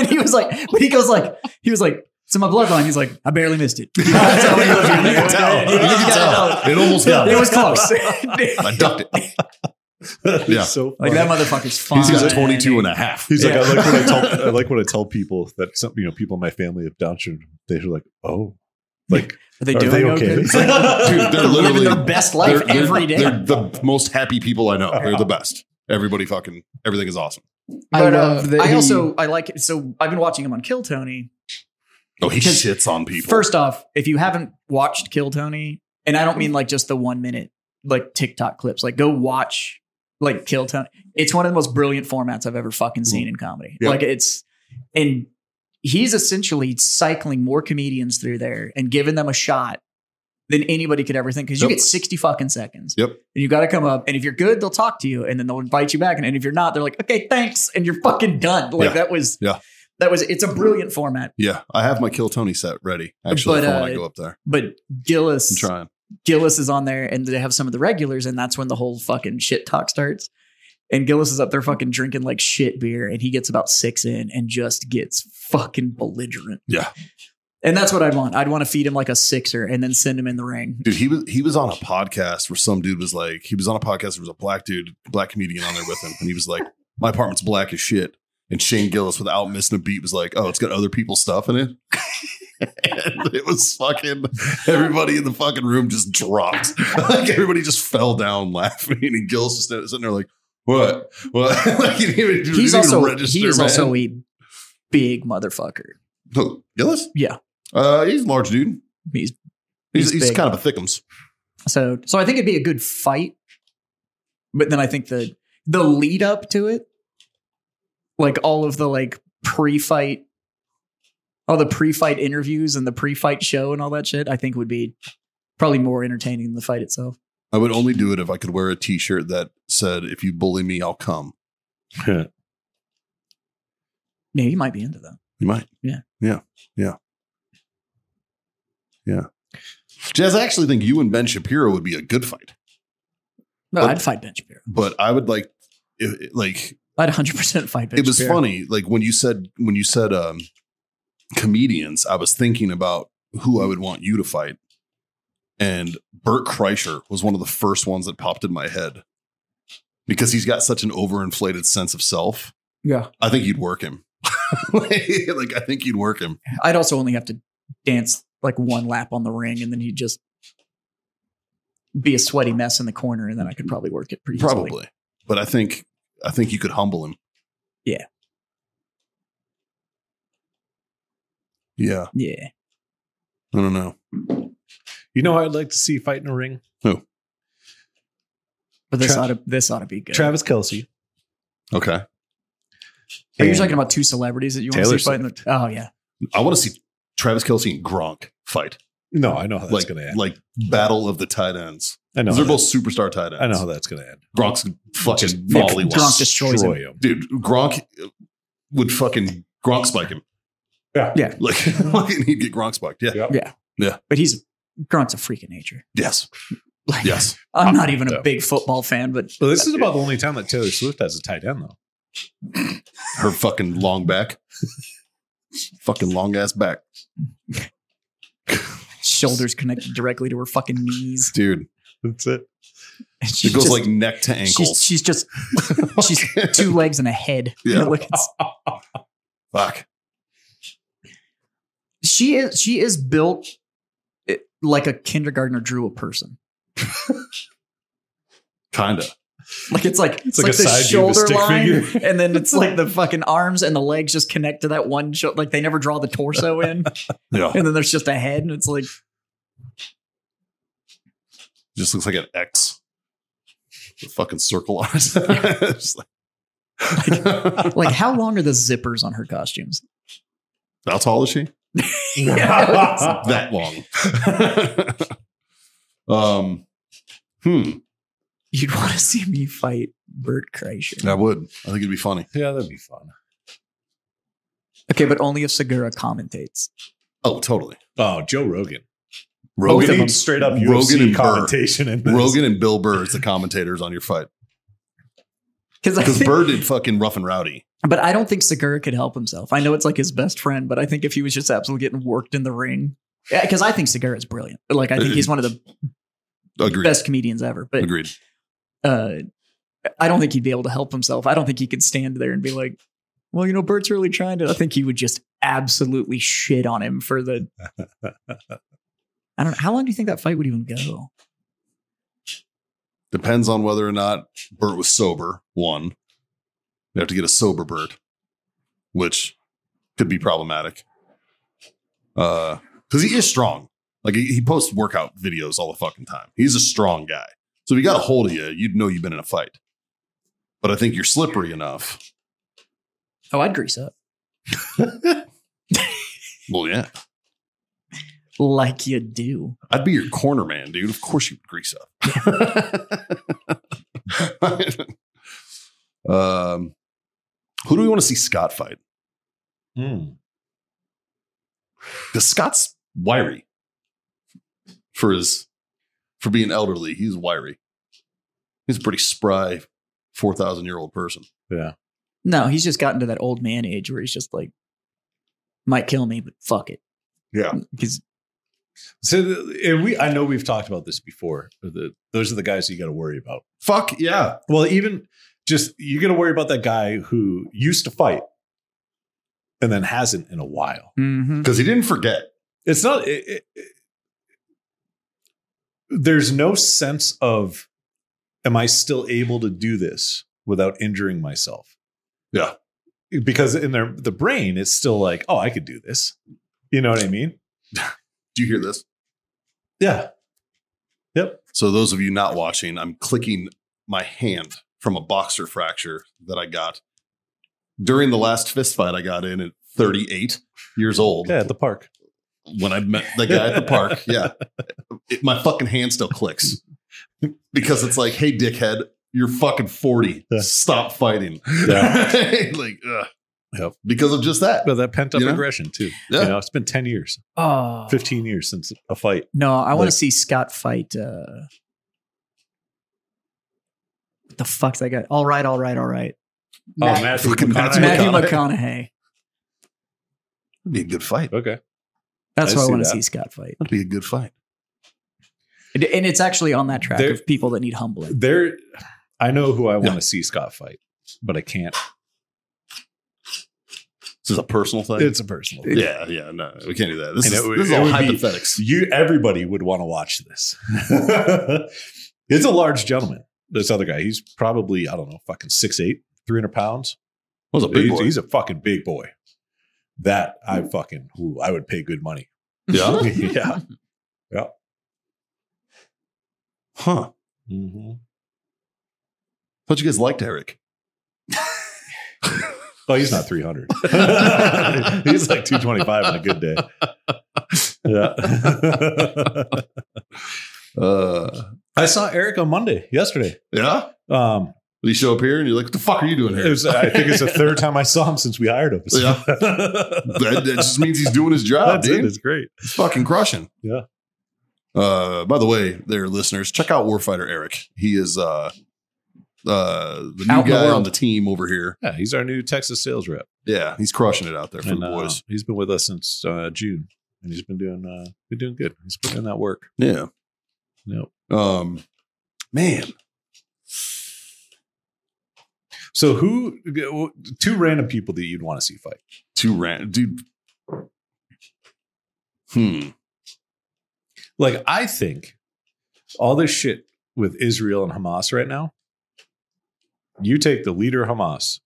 [SPEAKER 4] and he was like but he goes like he was like it's in my bloodline. He's like, I barely missed it. That's how he was.
[SPEAKER 1] You can tell. You can tell. It almost got
[SPEAKER 4] It
[SPEAKER 1] me.
[SPEAKER 4] was close.
[SPEAKER 1] I ducked it. Yeah.
[SPEAKER 3] He's so
[SPEAKER 4] like
[SPEAKER 3] funny.
[SPEAKER 4] that motherfucker's fine.
[SPEAKER 1] He's got 22 and a half.
[SPEAKER 3] He's
[SPEAKER 4] Yeah.
[SPEAKER 3] like, I like when I tell I like when I tell people that some you know people in my family have Down syndrome. They're like, oh, like
[SPEAKER 4] Are they
[SPEAKER 3] are
[SPEAKER 4] doing
[SPEAKER 3] they
[SPEAKER 4] okay?
[SPEAKER 3] okay?
[SPEAKER 4] It's like,
[SPEAKER 1] Dude, they're literally
[SPEAKER 4] living their best life
[SPEAKER 1] they're- they're-
[SPEAKER 4] every day.
[SPEAKER 1] They're the most happy people I know. They're the best. Everybody fucking everything is awesome.
[SPEAKER 6] I
[SPEAKER 4] But, uh,
[SPEAKER 6] love that.
[SPEAKER 4] I
[SPEAKER 6] he-
[SPEAKER 4] also I like it. So I've been watching him on Kill Tony.
[SPEAKER 1] Oh, he
[SPEAKER 4] Because
[SPEAKER 1] shits on people.
[SPEAKER 4] First off, if you haven't watched Kill Tony, and I don't mean like just the one minute like TikTok clips, like go watch like Kill Tony. It's one of the most brilliant formats I've ever fucking seen in comedy.
[SPEAKER 1] Mm-hmm. Yeah.
[SPEAKER 4] Like it's and he's essentially cycling more comedians through there and giving them a shot than anybody could ever think because you
[SPEAKER 1] Yep.
[SPEAKER 4] get 60 fucking seconds.
[SPEAKER 1] Yep.
[SPEAKER 4] And you got to come up. And if you're good, they'll talk to you and then they'll invite you back. And, and if you're not, they're like, okay, thanks. And you're fucking done. Like
[SPEAKER 1] Yeah.
[SPEAKER 4] that was,
[SPEAKER 1] Yeah.
[SPEAKER 4] that was, it's a brilliant format.
[SPEAKER 1] yeah, I have my Kill Tony set ready. Actually,
[SPEAKER 4] But,
[SPEAKER 1] for when
[SPEAKER 4] uh,
[SPEAKER 1] I go up there,
[SPEAKER 4] But
[SPEAKER 1] I'm
[SPEAKER 4] Gillis,
[SPEAKER 1] trying.
[SPEAKER 4] Gillis is on there and they have some of the regulars. And that's when the whole fucking shit talk starts. And Gillis is up there fucking drinking like shit beer. And he gets about six in and just gets fucking belligerent.
[SPEAKER 1] Yeah.
[SPEAKER 4] And that's what I'd want. I'd want to feed him like a sixer and then send him in the ring.
[SPEAKER 1] Dude, he was he was on a podcast where some dude was like, he was on a podcast. There was a black dude, black comedian on there with him, and he was like, "My apartment's black as shit." And Shane Gillis, without missing a beat, was like, "Oh, it's got other people's stuff in it." and it was fucking everybody in the fucking room just dropped. like everybody just fell down laughing, and Gillis was sitting there like, "What? What?" like he didn't even, he
[SPEAKER 4] he's
[SPEAKER 1] didn't even
[SPEAKER 4] also
[SPEAKER 1] register,
[SPEAKER 4] he is
[SPEAKER 1] man.
[SPEAKER 4] also a big motherfucker.
[SPEAKER 1] Who, Gillis?
[SPEAKER 4] Yeah.
[SPEAKER 1] Uh, he's a large dude.
[SPEAKER 4] He's
[SPEAKER 1] He's,
[SPEAKER 4] He's
[SPEAKER 1] he's
[SPEAKER 4] big.
[SPEAKER 1] kind of a thickums.
[SPEAKER 4] so so I think it'd be a good fight, but then I think the the lead up to it, like all of the like pre fight, all the pre fight interviews and the pre fight show and all that shit, I think would be probably more entertaining than the fight itself.
[SPEAKER 1] I would only do it if I could wear a T-shirt that said, "If you bully me, I'll come."
[SPEAKER 4] Yeah, you might be into that.
[SPEAKER 1] You might.
[SPEAKER 4] Yeah.
[SPEAKER 1] Yeah. Yeah. Yeah. Jazz, I actually think you and Ben Shapiro would be a good fight,
[SPEAKER 4] No,
[SPEAKER 1] But-
[SPEAKER 4] I'd fight Ben Shapiro.
[SPEAKER 1] but I would like, it, it- like,
[SPEAKER 4] I'd 100 percent fight Ben.
[SPEAKER 1] it was
[SPEAKER 4] Shapiro.
[SPEAKER 1] funny. Like when you said when you said um, comedians, I was thinking about who I would want you to fight, and Bert Kreischer was one of the first ones that popped in my head because he's got such an overinflated sense of self.
[SPEAKER 4] Yeah,
[SPEAKER 1] I think you'd work him. like I think you'd work him.
[SPEAKER 4] I'd also only have to dance like one lap on the ring, and then he'd just be a sweaty mess in the corner, and then I could probably work it pretty easily.
[SPEAKER 1] Probably. But I think I think you could humble him.
[SPEAKER 4] Yeah.
[SPEAKER 1] Yeah.
[SPEAKER 4] Yeah.
[SPEAKER 1] I don't know.
[SPEAKER 3] You know, who I'd like to see fight in a ring.
[SPEAKER 1] Who?
[SPEAKER 4] But this
[SPEAKER 3] Tra-
[SPEAKER 4] ought to this ought to be good.
[SPEAKER 3] Travis Kelsey.
[SPEAKER 1] Okay.
[SPEAKER 4] Are you
[SPEAKER 3] and-
[SPEAKER 4] talking about two celebrities that you want
[SPEAKER 1] Taylor
[SPEAKER 4] to see fighting? The, oh yeah,
[SPEAKER 1] I want to see Travis Kelsey and Gronk fight.
[SPEAKER 3] No, I know how that's
[SPEAKER 1] like
[SPEAKER 3] going to end.
[SPEAKER 1] like battle of the tight ends.
[SPEAKER 3] I know.
[SPEAKER 1] 'Cause
[SPEAKER 3] How
[SPEAKER 1] They're both superstar tight ends.
[SPEAKER 3] I know how that's going to end.
[SPEAKER 1] Gronk's fucking
[SPEAKER 4] fucking
[SPEAKER 1] volley
[SPEAKER 4] Gronk
[SPEAKER 1] was-
[SPEAKER 4] destroys him.
[SPEAKER 3] him.
[SPEAKER 1] dude. Gronk uh, would fucking Gronk spike him.
[SPEAKER 3] Yeah.
[SPEAKER 4] Yeah.
[SPEAKER 1] Like fucking he'd get Gronk spiked. Yeah.
[SPEAKER 3] Yeah.
[SPEAKER 4] but he's Grunt's a freak of nature.
[SPEAKER 1] Yes.
[SPEAKER 4] Like,
[SPEAKER 1] Yes.
[SPEAKER 4] I'm not even
[SPEAKER 3] Yeah.
[SPEAKER 4] a big football fan, but
[SPEAKER 3] Well, this is about the only time that Taylor Swift has a tight end, though.
[SPEAKER 1] Her fucking long back. fucking long ass back.
[SPEAKER 4] shoulders connected directly to her fucking knees.
[SPEAKER 1] Dude.
[SPEAKER 3] That's it.
[SPEAKER 4] And
[SPEAKER 1] It
[SPEAKER 4] she's
[SPEAKER 1] goes
[SPEAKER 4] just-
[SPEAKER 1] like neck to
[SPEAKER 4] she's,
[SPEAKER 1] ankles.
[SPEAKER 4] she's just she's two legs and a head.
[SPEAKER 1] Yeah.
[SPEAKER 4] Look, it's-
[SPEAKER 1] Fuck.
[SPEAKER 4] she is she is built eh, like a kindergartner drew a person.
[SPEAKER 1] Kinda.
[SPEAKER 4] Like it's like it's,
[SPEAKER 3] like
[SPEAKER 4] like,
[SPEAKER 3] a
[SPEAKER 4] the
[SPEAKER 3] side view of a
[SPEAKER 4] shoulder
[SPEAKER 3] stick
[SPEAKER 4] line,
[SPEAKER 3] figure.
[SPEAKER 4] and then it's like the fucking arms and the legs just connect to that one. Sho- like they never draw the torso in,
[SPEAKER 1] Yeah.
[SPEAKER 4] and then there's just a head, and it's like
[SPEAKER 1] Just looks like an X. The fucking circle on his Just like-
[SPEAKER 4] like how long are the zippers on her costumes?
[SPEAKER 1] How tall is she?
[SPEAKER 3] that
[SPEAKER 1] That long. um, hmm.
[SPEAKER 4] You'd want to see me fight Bert Kreischer.
[SPEAKER 1] I would. I think it'd be funny.
[SPEAKER 3] yeah, that'd be fun.
[SPEAKER 4] Okay, but only if Segura commentates.
[SPEAKER 1] Oh, totally.
[SPEAKER 3] Oh, Joe Rogan.
[SPEAKER 1] Rogan,
[SPEAKER 3] Oh, we need
[SPEAKER 1] and,
[SPEAKER 3] straight up
[SPEAKER 1] Rogan
[SPEAKER 3] UFC
[SPEAKER 1] and Burr.
[SPEAKER 3] commentation in this.
[SPEAKER 1] Rogan and Bill Burr is the commentators on your fight
[SPEAKER 4] Because I
[SPEAKER 1] because
[SPEAKER 4] think,
[SPEAKER 1] Burr did fucking rough and rowdy.
[SPEAKER 4] but I don't think Segura could help himself. I know it's like his best friend, but I think if he was just absolutely getting worked in the ring, because I think Segura is brilliant. Like I think he's one of the
[SPEAKER 1] Uh, Agreed.
[SPEAKER 4] best comedians ever. But
[SPEAKER 1] Agreed.
[SPEAKER 4] uh, I don't think he'd be able to help himself. I don't think he could stand there and be like, well, you know, Bert's really trying to. I think he would just absolutely shit on him for the. I don't know. How long do you think that fight would even go?
[SPEAKER 1] Depends on whether or not Burt was sober. One, you have to get a sober Burt, which could be problematic. Uh, because he is strong. Like he, he posts workout videos all the fucking time. He's a strong guy. So if he got a hold of you, you'd know you've been in a fight. But I think you're slippery enough.
[SPEAKER 4] Oh, I'd grease up.
[SPEAKER 1] Well, yeah,
[SPEAKER 4] Like you do.
[SPEAKER 1] I'd be your corner man, dude. Of course you would grease up. um, who do we want to see Scott fight?
[SPEAKER 3] Hmm.
[SPEAKER 1] Because Scott's wiry for his for being elderly. He's wiry. He's a pretty spry, four thousand year old person.
[SPEAKER 3] Yeah.
[SPEAKER 4] No, he's just gotten to that old man age where he's just like, might kill me, but fuck it.
[SPEAKER 1] Yeah.
[SPEAKER 4] Because
[SPEAKER 3] So the- and we, I know we've talked about this before. but the- those are the guys you got to worry about.
[SPEAKER 1] Fuck yeah.
[SPEAKER 3] Well, even just you got to worry about that guy who used to fight and then hasn't in a while.
[SPEAKER 4] mm-hmm.
[SPEAKER 1] Because he didn't forget.
[SPEAKER 3] it's not it, it- it- there's no sense of am i still able to do this without injuring myself
[SPEAKER 1] Yeah.
[SPEAKER 3] because in their the brain it's still like oh i could do this you know what i mean
[SPEAKER 1] Do you hear this?
[SPEAKER 3] yeah
[SPEAKER 1] So those of you not watching, I'm clicking my hand from a boxer fracture that I got during the last fist fight I got in at 38 years old
[SPEAKER 3] yeah at the park
[SPEAKER 1] when I met the guy at the park. Yeah. It- my fucking hand still clicks because it's like, hey, dickhead, you're fucking 40. Stop fighting. like, ugh.
[SPEAKER 3] Yep.
[SPEAKER 1] Because of just that.
[SPEAKER 3] but that pent up
[SPEAKER 1] You know?
[SPEAKER 3] aggression too
[SPEAKER 1] Yeah.
[SPEAKER 3] you know it's been 10 years
[SPEAKER 4] oh,
[SPEAKER 3] 15 years since a fight
[SPEAKER 4] No, I want
[SPEAKER 3] Like-
[SPEAKER 4] to see Scott fight. Uh, what the fuck's that guy? All right, all right, all right.
[SPEAKER 6] Matt-
[SPEAKER 3] Oh, matthew
[SPEAKER 1] Fucking
[SPEAKER 3] McConaughey.
[SPEAKER 4] Matthew
[SPEAKER 1] McConaughey.
[SPEAKER 4] McConaughey.
[SPEAKER 1] That'd be a good fight.
[SPEAKER 3] okay
[SPEAKER 4] That's
[SPEAKER 3] I
[SPEAKER 4] who I
[SPEAKER 3] see
[SPEAKER 4] want
[SPEAKER 3] that.
[SPEAKER 4] to see Scott fight.
[SPEAKER 1] That'd be a good
[SPEAKER 4] And-
[SPEAKER 1] fight.
[SPEAKER 4] And it's actually on that track
[SPEAKER 3] There-
[SPEAKER 4] of people that need humbling.
[SPEAKER 3] there i know who i want to
[SPEAKER 1] Yeah.
[SPEAKER 3] see scott fight but i can't
[SPEAKER 1] This is a personal thing.
[SPEAKER 3] it's a personal thing.
[SPEAKER 1] yeah, yeah, no, we can't do that. This,
[SPEAKER 3] And
[SPEAKER 1] is,
[SPEAKER 3] it would-
[SPEAKER 1] this is
[SPEAKER 3] it
[SPEAKER 1] all
[SPEAKER 3] would be-
[SPEAKER 1] hypothetics.
[SPEAKER 3] you everybody would want to watch this. it's a large gentleman. This other guy, he's probably, I don't know, fucking 6'8, 300 pounds.
[SPEAKER 1] That was a big
[SPEAKER 3] he's,
[SPEAKER 1] boy. Hmm.
[SPEAKER 3] he's a fucking big boy. That I fucking, ooh, I would pay good money.
[SPEAKER 1] yeah.
[SPEAKER 3] yeah. Mm-hmm.
[SPEAKER 1] Huh. thought you guys liked Eric.
[SPEAKER 3] Oh, he's not 300. he's like 225 on a good day. Yeah.
[SPEAKER 1] Uh,
[SPEAKER 3] I saw Eric on Monday yesterday.
[SPEAKER 1] yeah.
[SPEAKER 3] Um,
[SPEAKER 1] Did he show up here and you're like, what the fuck are you doing
[SPEAKER 3] it
[SPEAKER 1] here?
[SPEAKER 3] was, I think it's the third time I saw him since we hired him.
[SPEAKER 1] Yeah. that, that just means he's doing his job,
[SPEAKER 3] That's it.
[SPEAKER 1] dude.
[SPEAKER 3] It's great.
[SPEAKER 1] It's fucking crushing.
[SPEAKER 3] Yeah.
[SPEAKER 1] Uh, by the way, there, listeners, check out Warfighter Eric. He is uh, uh, the new
[SPEAKER 4] Out in the
[SPEAKER 1] guy on
[SPEAKER 4] world.
[SPEAKER 1] the team over here.
[SPEAKER 3] Yeah, he's our new Texas sales rep.
[SPEAKER 1] Yeah, he's crushing it out there for
[SPEAKER 3] And,
[SPEAKER 1] the
[SPEAKER 3] uh,
[SPEAKER 1] boys.
[SPEAKER 3] he's been with us since uh, June, and he's been doing uh, been doing good. He's putting in that work.
[SPEAKER 1] Yeah.
[SPEAKER 3] Yep.
[SPEAKER 1] Um, man,
[SPEAKER 3] So who? Two random people that you'd want to see fight.
[SPEAKER 1] two ran, dude. Hmm.
[SPEAKER 3] Like I think all this shit with Israel and Hamas right now. You take the leader Hamas,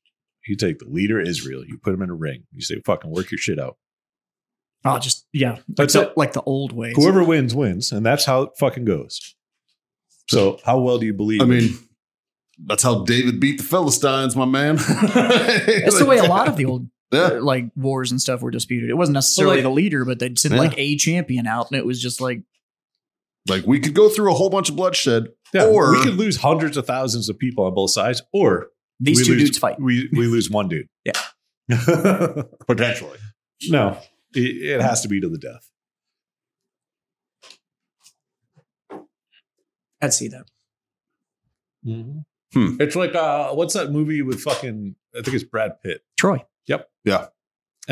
[SPEAKER 3] you take the leader Israel, you put him in a ring, you say, "Fucking work your shit out."
[SPEAKER 4] Oh, just yeah, like
[SPEAKER 3] That's
[SPEAKER 4] the,
[SPEAKER 3] it.
[SPEAKER 4] like the old ways.
[SPEAKER 3] Whoever wins wins, and that's how it fucking goes. So how well do you believe?
[SPEAKER 1] I mean, that's how David beat the Philistines, my man.
[SPEAKER 4] That's the way a lot of the old
[SPEAKER 1] Yeah.
[SPEAKER 4] uh, like wars and stuff were disputed. It wasn't necessarily
[SPEAKER 3] like-
[SPEAKER 4] the leader, but they'd send
[SPEAKER 1] Yeah.
[SPEAKER 4] like a champion out, and it was just like
[SPEAKER 1] Like we could go through a whole bunch of bloodshed,
[SPEAKER 3] Yeah,
[SPEAKER 1] or
[SPEAKER 3] we could lose hundreds of thousands of people on both sides, or
[SPEAKER 4] these
[SPEAKER 3] we
[SPEAKER 4] two
[SPEAKER 3] lose-
[SPEAKER 4] dudes fight.
[SPEAKER 3] We we lose one dude. Yeah.
[SPEAKER 1] potentially.
[SPEAKER 3] no, it, it has to be to the death.
[SPEAKER 4] I'd see that.
[SPEAKER 1] Hmm.
[SPEAKER 3] It's like uh, what's that movie with fucking? I think it's Brad Pitt,
[SPEAKER 4] Troy.
[SPEAKER 3] and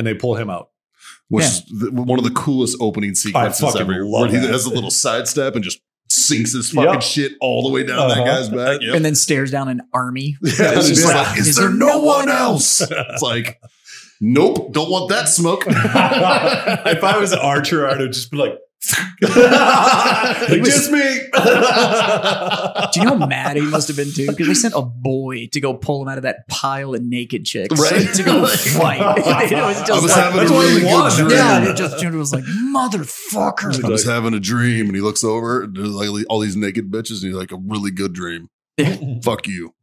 [SPEAKER 3] they pull him out.
[SPEAKER 1] Which
[SPEAKER 4] Yeah.
[SPEAKER 1] is the, one of the coolest opening sequences
[SPEAKER 3] fucking
[SPEAKER 1] ever.
[SPEAKER 3] love
[SPEAKER 1] where he
[SPEAKER 3] that.
[SPEAKER 1] has a little sidestep and just sinks his fucking
[SPEAKER 3] Yep.
[SPEAKER 1] shit all the way down that
[SPEAKER 3] Uh-huh.
[SPEAKER 1] guy's back. Yep.
[SPEAKER 4] And then stares down an army.
[SPEAKER 1] Yeah, it's
[SPEAKER 3] It's
[SPEAKER 1] just
[SPEAKER 3] just
[SPEAKER 1] like, is, there, no one else? it's like, nope, don't want that smoke.
[SPEAKER 3] if I was an archer, I'd have just be like,
[SPEAKER 1] It was-
[SPEAKER 3] just me.
[SPEAKER 4] Do you know how mad he must have been too? Because they sent a boy to go pull him out of that pile of naked chicks
[SPEAKER 1] Right.
[SPEAKER 4] to go
[SPEAKER 1] Like-
[SPEAKER 4] fight. it was just
[SPEAKER 1] I was
[SPEAKER 4] like,
[SPEAKER 1] having a
[SPEAKER 4] that's what he
[SPEAKER 1] really good
[SPEAKER 4] wanted.
[SPEAKER 1] dream.
[SPEAKER 4] Yeah, and it just Junior was like, motherfucker.
[SPEAKER 1] I was having a dream, and he looks over, and there's like all these naked bitches, and he's like, a really good dream. Fuck you.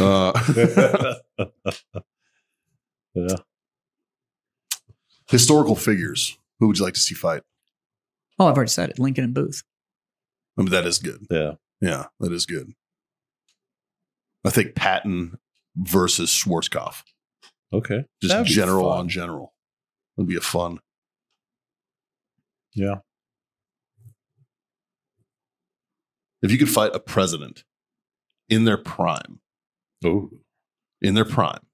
[SPEAKER 1] Uh,
[SPEAKER 3] yeah.
[SPEAKER 1] historical figures. Who would you like to see fight?
[SPEAKER 4] Oh, I've already said it. Lincoln and Booth.
[SPEAKER 1] I mean, that is good.
[SPEAKER 3] Yeah.
[SPEAKER 1] Yeah, that is good. I think Patton versus Schwarzkopf,
[SPEAKER 3] Okay.
[SPEAKER 1] just
[SPEAKER 3] That'd be
[SPEAKER 1] general
[SPEAKER 3] fun.
[SPEAKER 1] on general. That'd be a fun.
[SPEAKER 3] Yeah.
[SPEAKER 1] If you could fight a president in their prime,
[SPEAKER 3] Oh.
[SPEAKER 1] in their prime,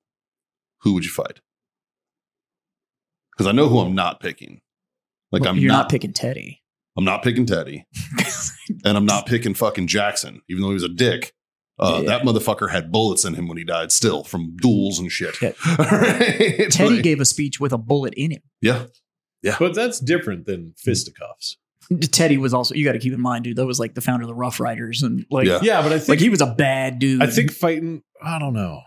[SPEAKER 1] who would you fight? Because I know who I'm not picking. Like
[SPEAKER 4] Well,
[SPEAKER 1] I'm
[SPEAKER 4] you're
[SPEAKER 1] not,
[SPEAKER 4] not, picking Teddy.
[SPEAKER 1] I'm not picking Teddy, and I'm not picking fucking Jackson, even though he was a dick. Uh,
[SPEAKER 4] Yeah.
[SPEAKER 1] That motherfucker had bullets in him when he died, still from duels and shit.
[SPEAKER 4] Yeah.
[SPEAKER 1] Right?
[SPEAKER 4] Teddy
[SPEAKER 1] Like-
[SPEAKER 4] gave a speech with a bullet in it.
[SPEAKER 1] yeah, Mm.
[SPEAKER 3] But that's different than fisticuffs.
[SPEAKER 4] Teddy was also, you got to keep in mind, dude, that was like the founder of the Rough Riders. And like,
[SPEAKER 1] Yeah.
[SPEAKER 3] Yeah, but I
[SPEAKER 4] like
[SPEAKER 3] think
[SPEAKER 4] he was a bad dude.
[SPEAKER 3] I think fighting. I don't know.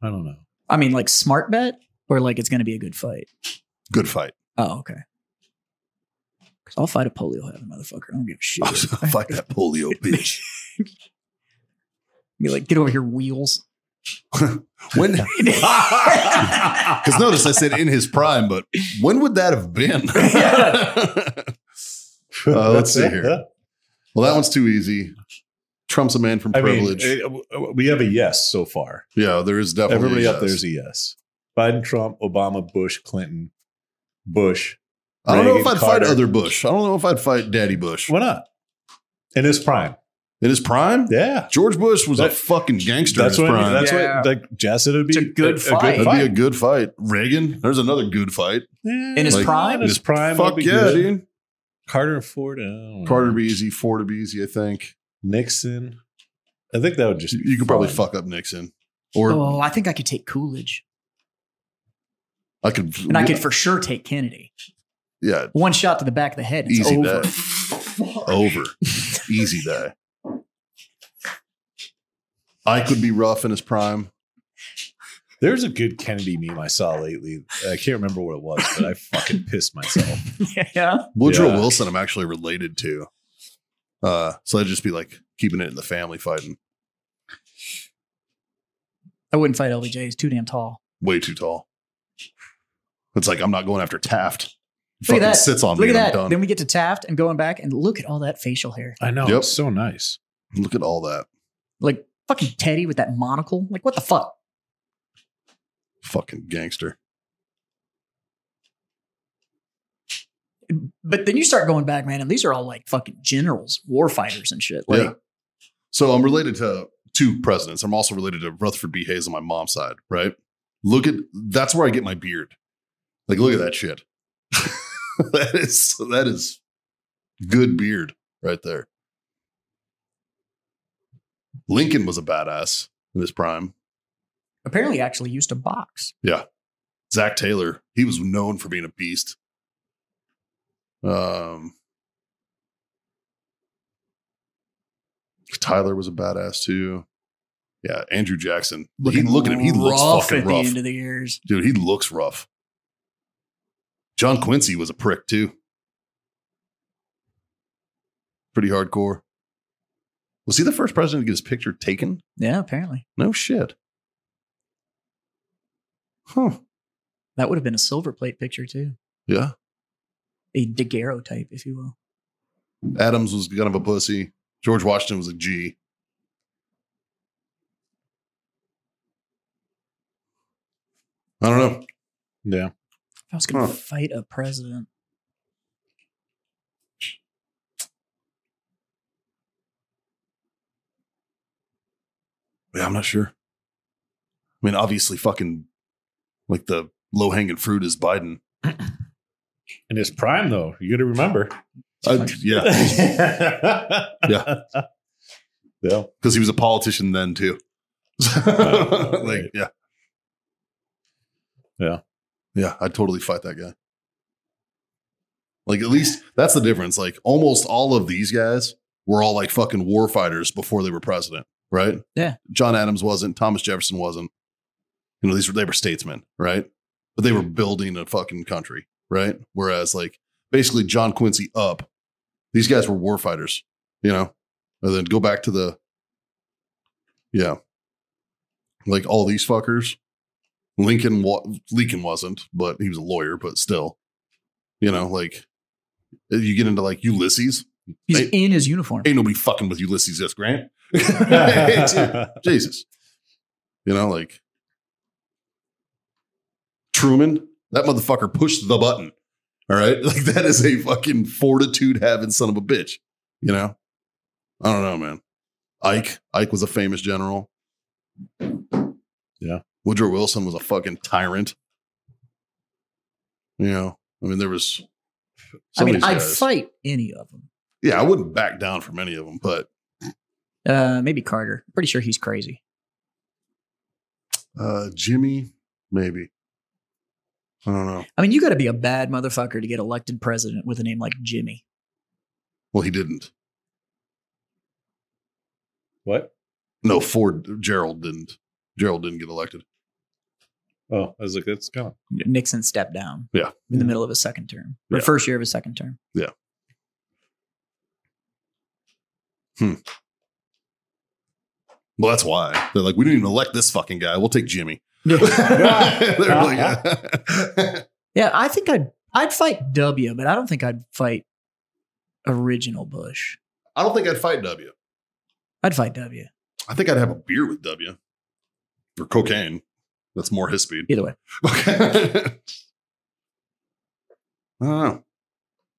[SPEAKER 3] I don't know.
[SPEAKER 4] I mean, like smart bet or like it's going to be a good fight.
[SPEAKER 1] good fight.
[SPEAKER 4] Oh, okay. Because I'll fight a polio head motherfucker. I don't give a shit.
[SPEAKER 1] I was gonna fight that polio bitch.
[SPEAKER 4] Be like, get over here, wheels.
[SPEAKER 1] When? Because notice I said in his prime, but when would that have been? Uh, let's see here. Well, that one's too easy. Trump's a man from
[SPEAKER 3] I mean,
[SPEAKER 1] privilege.
[SPEAKER 3] it- we have a yes so far.
[SPEAKER 1] yeah, there is definitely
[SPEAKER 3] Everybody
[SPEAKER 1] a
[SPEAKER 3] up there
[SPEAKER 1] yes.
[SPEAKER 3] is a yes. Biden, Trump, Obama, Bush, Clinton, Bush.
[SPEAKER 1] I don't know if
[SPEAKER 3] Reagan,
[SPEAKER 1] I'd
[SPEAKER 3] Carter.
[SPEAKER 1] fight other Bush. I don't know if I'd fight Daddy Bush.
[SPEAKER 3] Why not? In his prime.
[SPEAKER 1] In his prime,
[SPEAKER 3] Yeah.
[SPEAKER 1] George Bush was a
[SPEAKER 3] That-
[SPEAKER 1] fucking gangster.
[SPEAKER 3] That's
[SPEAKER 1] in
[SPEAKER 3] what
[SPEAKER 1] his
[SPEAKER 3] I mean.
[SPEAKER 1] prime.
[SPEAKER 3] That's
[SPEAKER 4] Yeah.
[SPEAKER 3] what like Jess said. It'd be
[SPEAKER 4] It's a good fight.
[SPEAKER 1] That'd be a good fight. Reagan, there's another good fight.
[SPEAKER 3] Yeah,
[SPEAKER 4] In his prime?
[SPEAKER 3] In his prime.
[SPEAKER 1] Fuck
[SPEAKER 3] that'd be
[SPEAKER 1] yeah,
[SPEAKER 3] good.
[SPEAKER 1] dude.
[SPEAKER 3] Carter and Ford. I don't know.
[SPEAKER 1] Carter would be easy, Ford would be easy, I think.
[SPEAKER 3] Nixon. I think that would just. be
[SPEAKER 1] You could probably
[SPEAKER 3] fun.
[SPEAKER 1] fuck up Nixon. Or
[SPEAKER 4] Oh, I think I could take Coolidge.
[SPEAKER 1] I could
[SPEAKER 4] And I could for sure take Kennedy.
[SPEAKER 1] Yeah,
[SPEAKER 4] One shot to the back of the head. And it's
[SPEAKER 1] Easy
[SPEAKER 4] over.
[SPEAKER 1] bet. over. Easy day. I could be rough in his prime.
[SPEAKER 3] There's a good Kennedy meme I saw lately. I can't remember what it was, but I fucking pissed myself.
[SPEAKER 4] yeah.
[SPEAKER 1] Woodrow
[SPEAKER 3] Yeah.
[SPEAKER 1] Wilson, I'm actually related to. Uh, so I'd just be like keeping it in the family fighting.
[SPEAKER 4] I wouldn't fight LBJ. He's too damn tall.
[SPEAKER 1] Way too tall. It's like I'm not going after Taft. He
[SPEAKER 4] Look at
[SPEAKER 1] Fucking
[SPEAKER 4] that.
[SPEAKER 1] sits on
[SPEAKER 4] Look
[SPEAKER 1] me
[SPEAKER 4] at
[SPEAKER 1] and I'm
[SPEAKER 4] that.
[SPEAKER 1] done.
[SPEAKER 4] Then we get to Taft and going back and look at all that facial hair.
[SPEAKER 3] I know.
[SPEAKER 1] Yep.
[SPEAKER 3] It's so nice.
[SPEAKER 1] Look at all that.
[SPEAKER 4] Like fucking Teddy with that monocle. Like what the fuck?
[SPEAKER 1] Fucking gangster.
[SPEAKER 4] But then you start going back, man, and these are all like fucking generals, war fighters and shit. Like
[SPEAKER 1] yeah. So I'm related to two presidents. I'm also related to Rutherford B. Hayes on my mom's side, right? Look at that's where I get my beard. Like, look at that shit. that is that is good beard right there. Lincoln was a badass in his prime.
[SPEAKER 4] apparently actually used to box.
[SPEAKER 1] Zach Taylor, he was known for being a beast. Um, Tyler was a badass too. Yeah, Andrew Jackson. he look at him. He looks fucking
[SPEAKER 4] at
[SPEAKER 1] rough,
[SPEAKER 4] the end of the years.
[SPEAKER 1] dude. He looks rough. John Quincy was a prick too. Pretty hardcore. Was he the first president to get his picture taken?
[SPEAKER 4] Yeah, apparently.
[SPEAKER 1] No shit. Huh.
[SPEAKER 4] That would have been a silver plate picture too.
[SPEAKER 1] Yeah.
[SPEAKER 4] A daguerreotype, type, if you will.
[SPEAKER 1] Adams was kind of a pussy. George Washington was a G. I don't know.
[SPEAKER 3] Yeah.
[SPEAKER 4] If I was gonna
[SPEAKER 1] Huh.
[SPEAKER 4] fight a president.
[SPEAKER 1] Yeah, I'm not sure. I mean, obviously, fucking like the low hanging fruit is Biden.
[SPEAKER 3] In his prime, though, you got to remember.
[SPEAKER 1] Uh, yeah,
[SPEAKER 3] yeah.
[SPEAKER 1] Yeah.
[SPEAKER 3] Yeah.
[SPEAKER 1] because he was a politician then too.
[SPEAKER 3] Oh,
[SPEAKER 1] like,
[SPEAKER 3] right.
[SPEAKER 1] yeah,
[SPEAKER 3] Yeah.
[SPEAKER 1] yeah. I'd totally fight that guy. Like, at least that's the difference. Like, almost all of these guys were all like fucking war fighters before they were president, right?
[SPEAKER 4] Yeah.
[SPEAKER 1] John Adams wasn't. Thomas Jefferson wasn't. You know, these were they were statesmen, right? But they were building a fucking country, right? Whereas, like, basically John Quincy up, these guys were war fighters, you know. And then go back to the yeah. Like all these fuckers. Lincoln wa- Lincoln wasn't, but he was a lawyer, but still. You know, like you get into like Ulysses.
[SPEAKER 4] He's
[SPEAKER 1] Hey.
[SPEAKER 4] in his uniform.
[SPEAKER 1] Ain't nobody fucking with Ulysses S. Grant. Dude, Jesus. You know, like Truman, that motherfucker pushed the button. All right. Like that is a fucking fortitude having son of a bitch. You know? I don't know, man. Ike. Ike was a famous general.
[SPEAKER 3] Yeah.
[SPEAKER 1] Woodrow Wilson was a fucking tyrant. You know, I mean, there was.
[SPEAKER 4] I
[SPEAKER 1] some of
[SPEAKER 4] mean,
[SPEAKER 1] these
[SPEAKER 4] I'd
[SPEAKER 1] guys-
[SPEAKER 4] fight any of them.
[SPEAKER 1] Yeah, I wouldn't back down from any of them, but
[SPEAKER 4] Uh, maybe Carter. Pretty sure he's crazy.
[SPEAKER 1] uh Jimmy, maybe. I don't know.
[SPEAKER 4] I mean, you got to be a bad motherfucker to get elected president with a name like Jimmy.
[SPEAKER 1] Well, he didn't.
[SPEAKER 3] What?
[SPEAKER 1] No, Ford Gerald didn't. Gerald didn't get elected.
[SPEAKER 3] Oh, I was like, that's kind of.
[SPEAKER 4] Nixon stepped down
[SPEAKER 1] Yeah.
[SPEAKER 4] in the middle of his second term, or
[SPEAKER 1] Mm. Yeah.
[SPEAKER 4] first year of his second term.
[SPEAKER 1] Yeah. Hmm.
[SPEAKER 4] Hmm.
[SPEAKER 1] Well, that's why they're like, we didn't even elect this fucking guy. We'll take Jimmy. They're like,
[SPEAKER 4] Yeah, I think I'd I'd fight W, but I don't think I'd fight original Bush.
[SPEAKER 1] I don't think I'd fight W.
[SPEAKER 4] I'd fight W
[SPEAKER 1] I think I'd have a beer with W or cocaine. That's more his speed.
[SPEAKER 4] either way.
[SPEAKER 1] I don't know.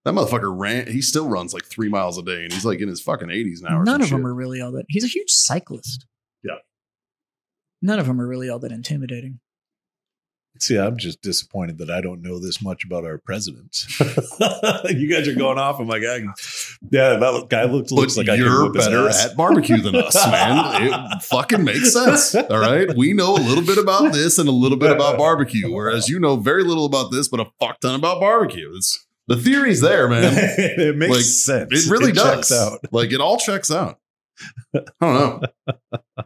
[SPEAKER 1] That motherfucker ran. He still runs like three miles a day, and he's like in his fucking eighties now. Or
[SPEAKER 4] None
[SPEAKER 1] some
[SPEAKER 4] of them
[SPEAKER 1] shit.
[SPEAKER 4] are really all that. He's a huge cyclist.
[SPEAKER 1] Yeah.
[SPEAKER 4] None of them are really all that intimidating.
[SPEAKER 3] See, I'm just disappointed that I don't know this much about our presidents. you guys are going off. I'm like, I, yeah, that guy looked looks
[SPEAKER 1] but
[SPEAKER 3] like I
[SPEAKER 1] you're
[SPEAKER 3] could whip his
[SPEAKER 1] better
[SPEAKER 3] ass.
[SPEAKER 1] at barbecue than us, man. It fucking makes sense. All right. We know a little bit about this and a little bit about barbecue, whereas you know very little about this, but a fuck ton about barbecue. It's the theory's there, man.
[SPEAKER 3] it makes
[SPEAKER 1] Like,
[SPEAKER 3] sense.
[SPEAKER 1] It really
[SPEAKER 3] checks
[SPEAKER 1] does.
[SPEAKER 3] out.
[SPEAKER 1] Like it all checks out. I don't know.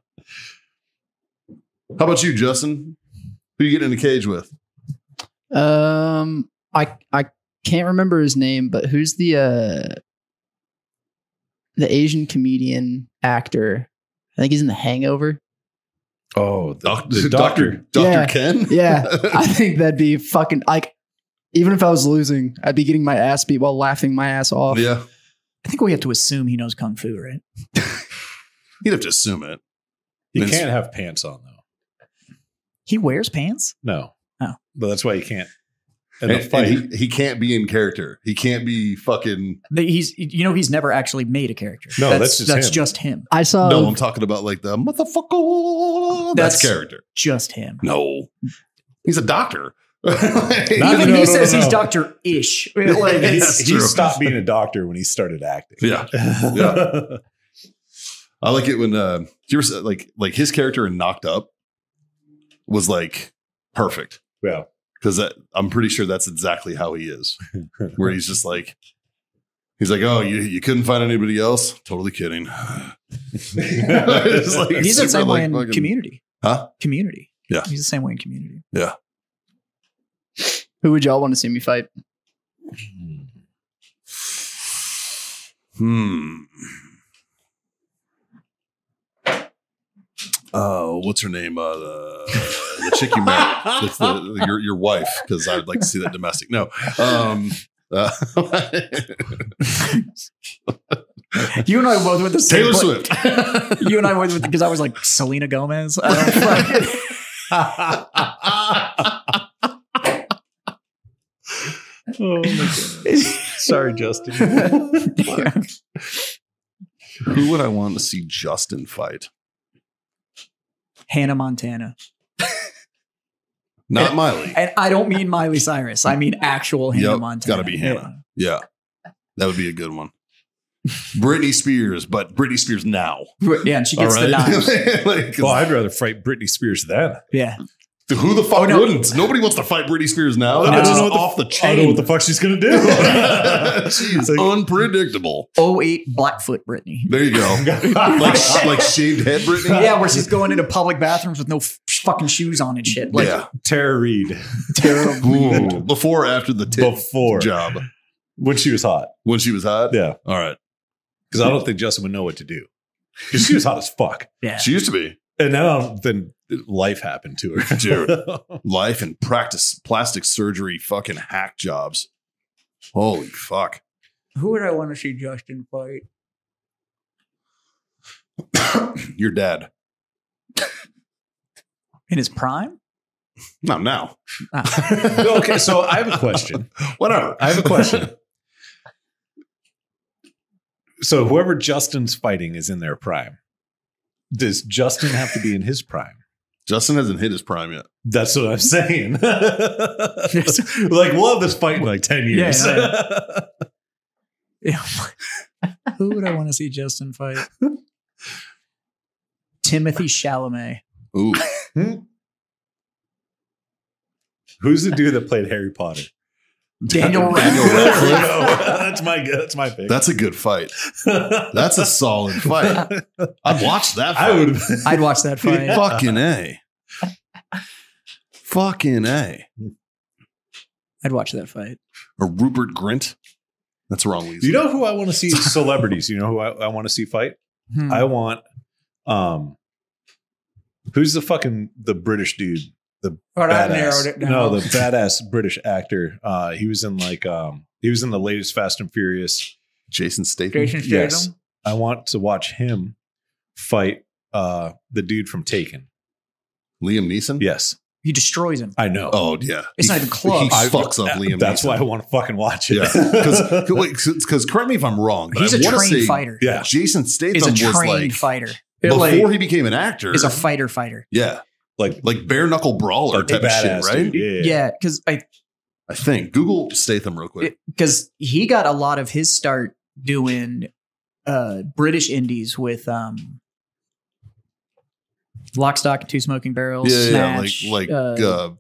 [SPEAKER 1] How about you, Justin? Who you getting in a cage with?
[SPEAKER 6] Um, I I can't remember his name, but who's the uh the Asian comedian actor? I think he's in The Hangover.
[SPEAKER 3] Oh, the,
[SPEAKER 1] Doc-
[SPEAKER 3] the
[SPEAKER 1] Doctor
[SPEAKER 3] doctor.
[SPEAKER 1] Doctor
[SPEAKER 6] Yeah.
[SPEAKER 1] Ken.
[SPEAKER 6] Yeah, I think that'd be fucking like. Even if I was losing, I'd be getting my ass beat while laughing my ass off.
[SPEAKER 1] yeah.
[SPEAKER 4] I think we have to assume he knows kung fu, right?
[SPEAKER 1] You'd have to assume it.
[SPEAKER 3] You
[SPEAKER 1] It's-
[SPEAKER 3] can't have pants on though.
[SPEAKER 4] He wears pants.
[SPEAKER 3] No.
[SPEAKER 4] Oh.
[SPEAKER 3] But that's why you can't. In
[SPEAKER 1] And,
[SPEAKER 3] the fight,
[SPEAKER 1] and he, he can't be in character. He can't be fucking.
[SPEAKER 4] That He's, you know, he's never actually made a character.
[SPEAKER 3] No, that's just
[SPEAKER 4] that's
[SPEAKER 3] him.
[SPEAKER 4] just him.
[SPEAKER 6] I saw.
[SPEAKER 1] no, I'm talking about like the motherfucker. That's,
[SPEAKER 4] That's-
[SPEAKER 1] character.
[SPEAKER 4] Just him.
[SPEAKER 1] No, he's a doctor.
[SPEAKER 3] No,
[SPEAKER 4] Even
[SPEAKER 3] no,
[SPEAKER 4] he
[SPEAKER 3] no,
[SPEAKER 4] says
[SPEAKER 3] no,
[SPEAKER 4] he's
[SPEAKER 3] no.
[SPEAKER 4] Doctor Ish. Like,
[SPEAKER 3] he,
[SPEAKER 1] That's
[SPEAKER 3] he
[SPEAKER 1] true.
[SPEAKER 3] stopped being a doctor when he started acting.
[SPEAKER 1] Yeah. Yeah. I like it when uh, do you ever, like like his character in Knocked Up was like perfect
[SPEAKER 3] yeah.
[SPEAKER 1] because I'm pretty sure that's exactly how he is. Where he's just like, he's like, oh, you you couldn't find anybody else? Totally kidding. It's like-
[SPEAKER 4] he's the
[SPEAKER 1] super,
[SPEAKER 4] same way
[SPEAKER 1] like,
[SPEAKER 4] in
[SPEAKER 1] fucking-
[SPEAKER 4] Community.
[SPEAKER 1] Huh?
[SPEAKER 4] Community.
[SPEAKER 1] Yeah.
[SPEAKER 4] He's the same way in Community.
[SPEAKER 6] who would y'all want to see me fight?
[SPEAKER 1] Hmm. Uh, what's her name? Uh, the, the chick you married. That's the, your your wife, because I would like to see that domestic. No. Um, uh,
[SPEAKER 4] You and I both went the same.
[SPEAKER 1] Taylor
[SPEAKER 4] pla-
[SPEAKER 1] Swift.
[SPEAKER 4] You and I went with because I was like Selena Gomez. I don't fucking-
[SPEAKER 3] Oh, my God. Sorry, Justin.
[SPEAKER 1] Who would I want to see Justin fight?
[SPEAKER 4] Hannah Montana.
[SPEAKER 1] Not Miley.
[SPEAKER 4] And I don't mean Miley Cyrus. I mean actual Hannah
[SPEAKER 1] Yep,
[SPEAKER 4] Montana.
[SPEAKER 1] gotta be Hannah. Yeah, that would be a good one. Britney Spears, but Britney Spears now.
[SPEAKER 4] Yeah, yeah and she gets
[SPEAKER 1] All
[SPEAKER 4] the
[SPEAKER 1] right?
[SPEAKER 4] knife.
[SPEAKER 1] Like, 'cause
[SPEAKER 3] well, I'd rather fight Britney Spears then.
[SPEAKER 4] Yeah.
[SPEAKER 1] who the fuck
[SPEAKER 4] Oh, no.
[SPEAKER 1] wouldn't? Nobody wants to fight Britney Spears now.
[SPEAKER 3] I
[SPEAKER 1] That
[SPEAKER 3] don't
[SPEAKER 1] bitch is
[SPEAKER 3] know what the-
[SPEAKER 1] off the
[SPEAKER 3] I don't know what the
[SPEAKER 1] chain.
[SPEAKER 3] fuck she's going to do.
[SPEAKER 1] She's
[SPEAKER 3] Like-
[SPEAKER 1] unpredictable.
[SPEAKER 4] 08 Blackfoot Britney.
[SPEAKER 1] There you go. Like sh- like shaved head Britney.
[SPEAKER 4] Yeah, where she's going into public bathrooms with no f- fucking shoes on and shit. Like
[SPEAKER 1] yeah.
[SPEAKER 3] Tara Reid
[SPEAKER 4] terrible.
[SPEAKER 1] Ooh. Before or after the tip
[SPEAKER 3] before
[SPEAKER 1] job
[SPEAKER 3] when she was hot.
[SPEAKER 1] when she was hot.
[SPEAKER 3] Yeah.
[SPEAKER 1] All right.
[SPEAKER 3] Because I don't think Justin would know what to do. Because she was hot as fuck.
[SPEAKER 4] Yeah.
[SPEAKER 1] She used to be
[SPEAKER 3] And then, um, then life happened to her.
[SPEAKER 1] Dude. life and practice plastic surgery fucking hack jobs. Holy fuck.
[SPEAKER 4] Who would I want to see Justin fight?
[SPEAKER 1] Your dad.
[SPEAKER 4] In his prime? Ah,
[SPEAKER 1] Not now.
[SPEAKER 3] okay, so I have a question.
[SPEAKER 1] Whatever.
[SPEAKER 3] I have a question. So whoever Justin's fighting is in their prime. Does Justin have to be in his prime?
[SPEAKER 1] Justin hasn't hit his prime yet.
[SPEAKER 3] That's what I'm saying. like we'll have this fight in like 10 years.
[SPEAKER 4] Yeah, Yeah. Who would I want to see Justin fight? Timothy Chalamet.
[SPEAKER 1] Ooh.
[SPEAKER 3] Who's the dude that played Harry Potter?
[SPEAKER 4] Daniel
[SPEAKER 3] There we
[SPEAKER 4] Radcliffe.
[SPEAKER 3] go. that's my that's my pick.
[SPEAKER 1] That's a good fight. That's a solid fight. I'd watch that fight.
[SPEAKER 3] I would
[SPEAKER 4] I'd watch that fight.
[SPEAKER 1] Fucking A. Fucking A.
[SPEAKER 4] I'd watch that fight.
[SPEAKER 1] Or Rupert Grint. That's the wrong Weasley.
[SPEAKER 3] You know who I want to see celebrities. You know who I, I want to see fight.
[SPEAKER 4] Hmm.
[SPEAKER 3] I want um, who's the fucking the British dude?
[SPEAKER 4] All right, I narrowed
[SPEAKER 3] Badass.
[SPEAKER 4] it down.
[SPEAKER 3] No, the badass British actor. Uh, he was in like um, he was in the latest Fast and Furious.
[SPEAKER 1] Jason Statham.
[SPEAKER 4] Jason Statham.
[SPEAKER 3] Yes. I want to watch him fight uh, the dude from Taken.
[SPEAKER 1] Liam Neeson.
[SPEAKER 3] Yes,
[SPEAKER 4] He destroys him.
[SPEAKER 3] I know.
[SPEAKER 1] Oh yeah.
[SPEAKER 4] It's
[SPEAKER 1] He-
[SPEAKER 4] not even close.
[SPEAKER 1] He
[SPEAKER 3] I-
[SPEAKER 1] fucks up Liam.
[SPEAKER 3] That's
[SPEAKER 1] Neeson.
[SPEAKER 3] why I want to fucking watch it.
[SPEAKER 1] Yeah. Because correct me if I'm wrong. But
[SPEAKER 4] He's
[SPEAKER 1] I
[SPEAKER 4] a
[SPEAKER 1] wanna
[SPEAKER 4] trained
[SPEAKER 1] say
[SPEAKER 4] fighter.
[SPEAKER 3] yeah.
[SPEAKER 1] Jason Statham
[SPEAKER 4] Is a
[SPEAKER 1] was
[SPEAKER 4] trained
[SPEAKER 1] like
[SPEAKER 4] fighter.
[SPEAKER 1] before
[SPEAKER 4] like,
[SPEAKER 1] he became an actor.
[SPEAKER 4] is a fighter fighter.
[SPEAKER 1] yeah,
[SPEAKER 3] Like
[SPEAKER 1] like bare knuckle brawler
[SPEAKER 3] like
[SPEAKER 1] type of shit,
[SPEAKER 3] badass
[SPEAKER 1] right?
[SPEAKER 3] dude. Yeah. yeah.
[SPEAKER 4] Yeah, because I
[SPEAKER 1] I think Google Statham real quick.
[SPEAKER 4] because he got a lot of his start doing uh British indies with um Lock, Stock, and Two Smoking Barrels.
[SPEAKER 1] yeah, yeah,
[SPEAKER 4] Snatch,
[SPEAKER 1] yeah, like like
[SPEAKER 4] uh,
[SPEAKER 1] uh,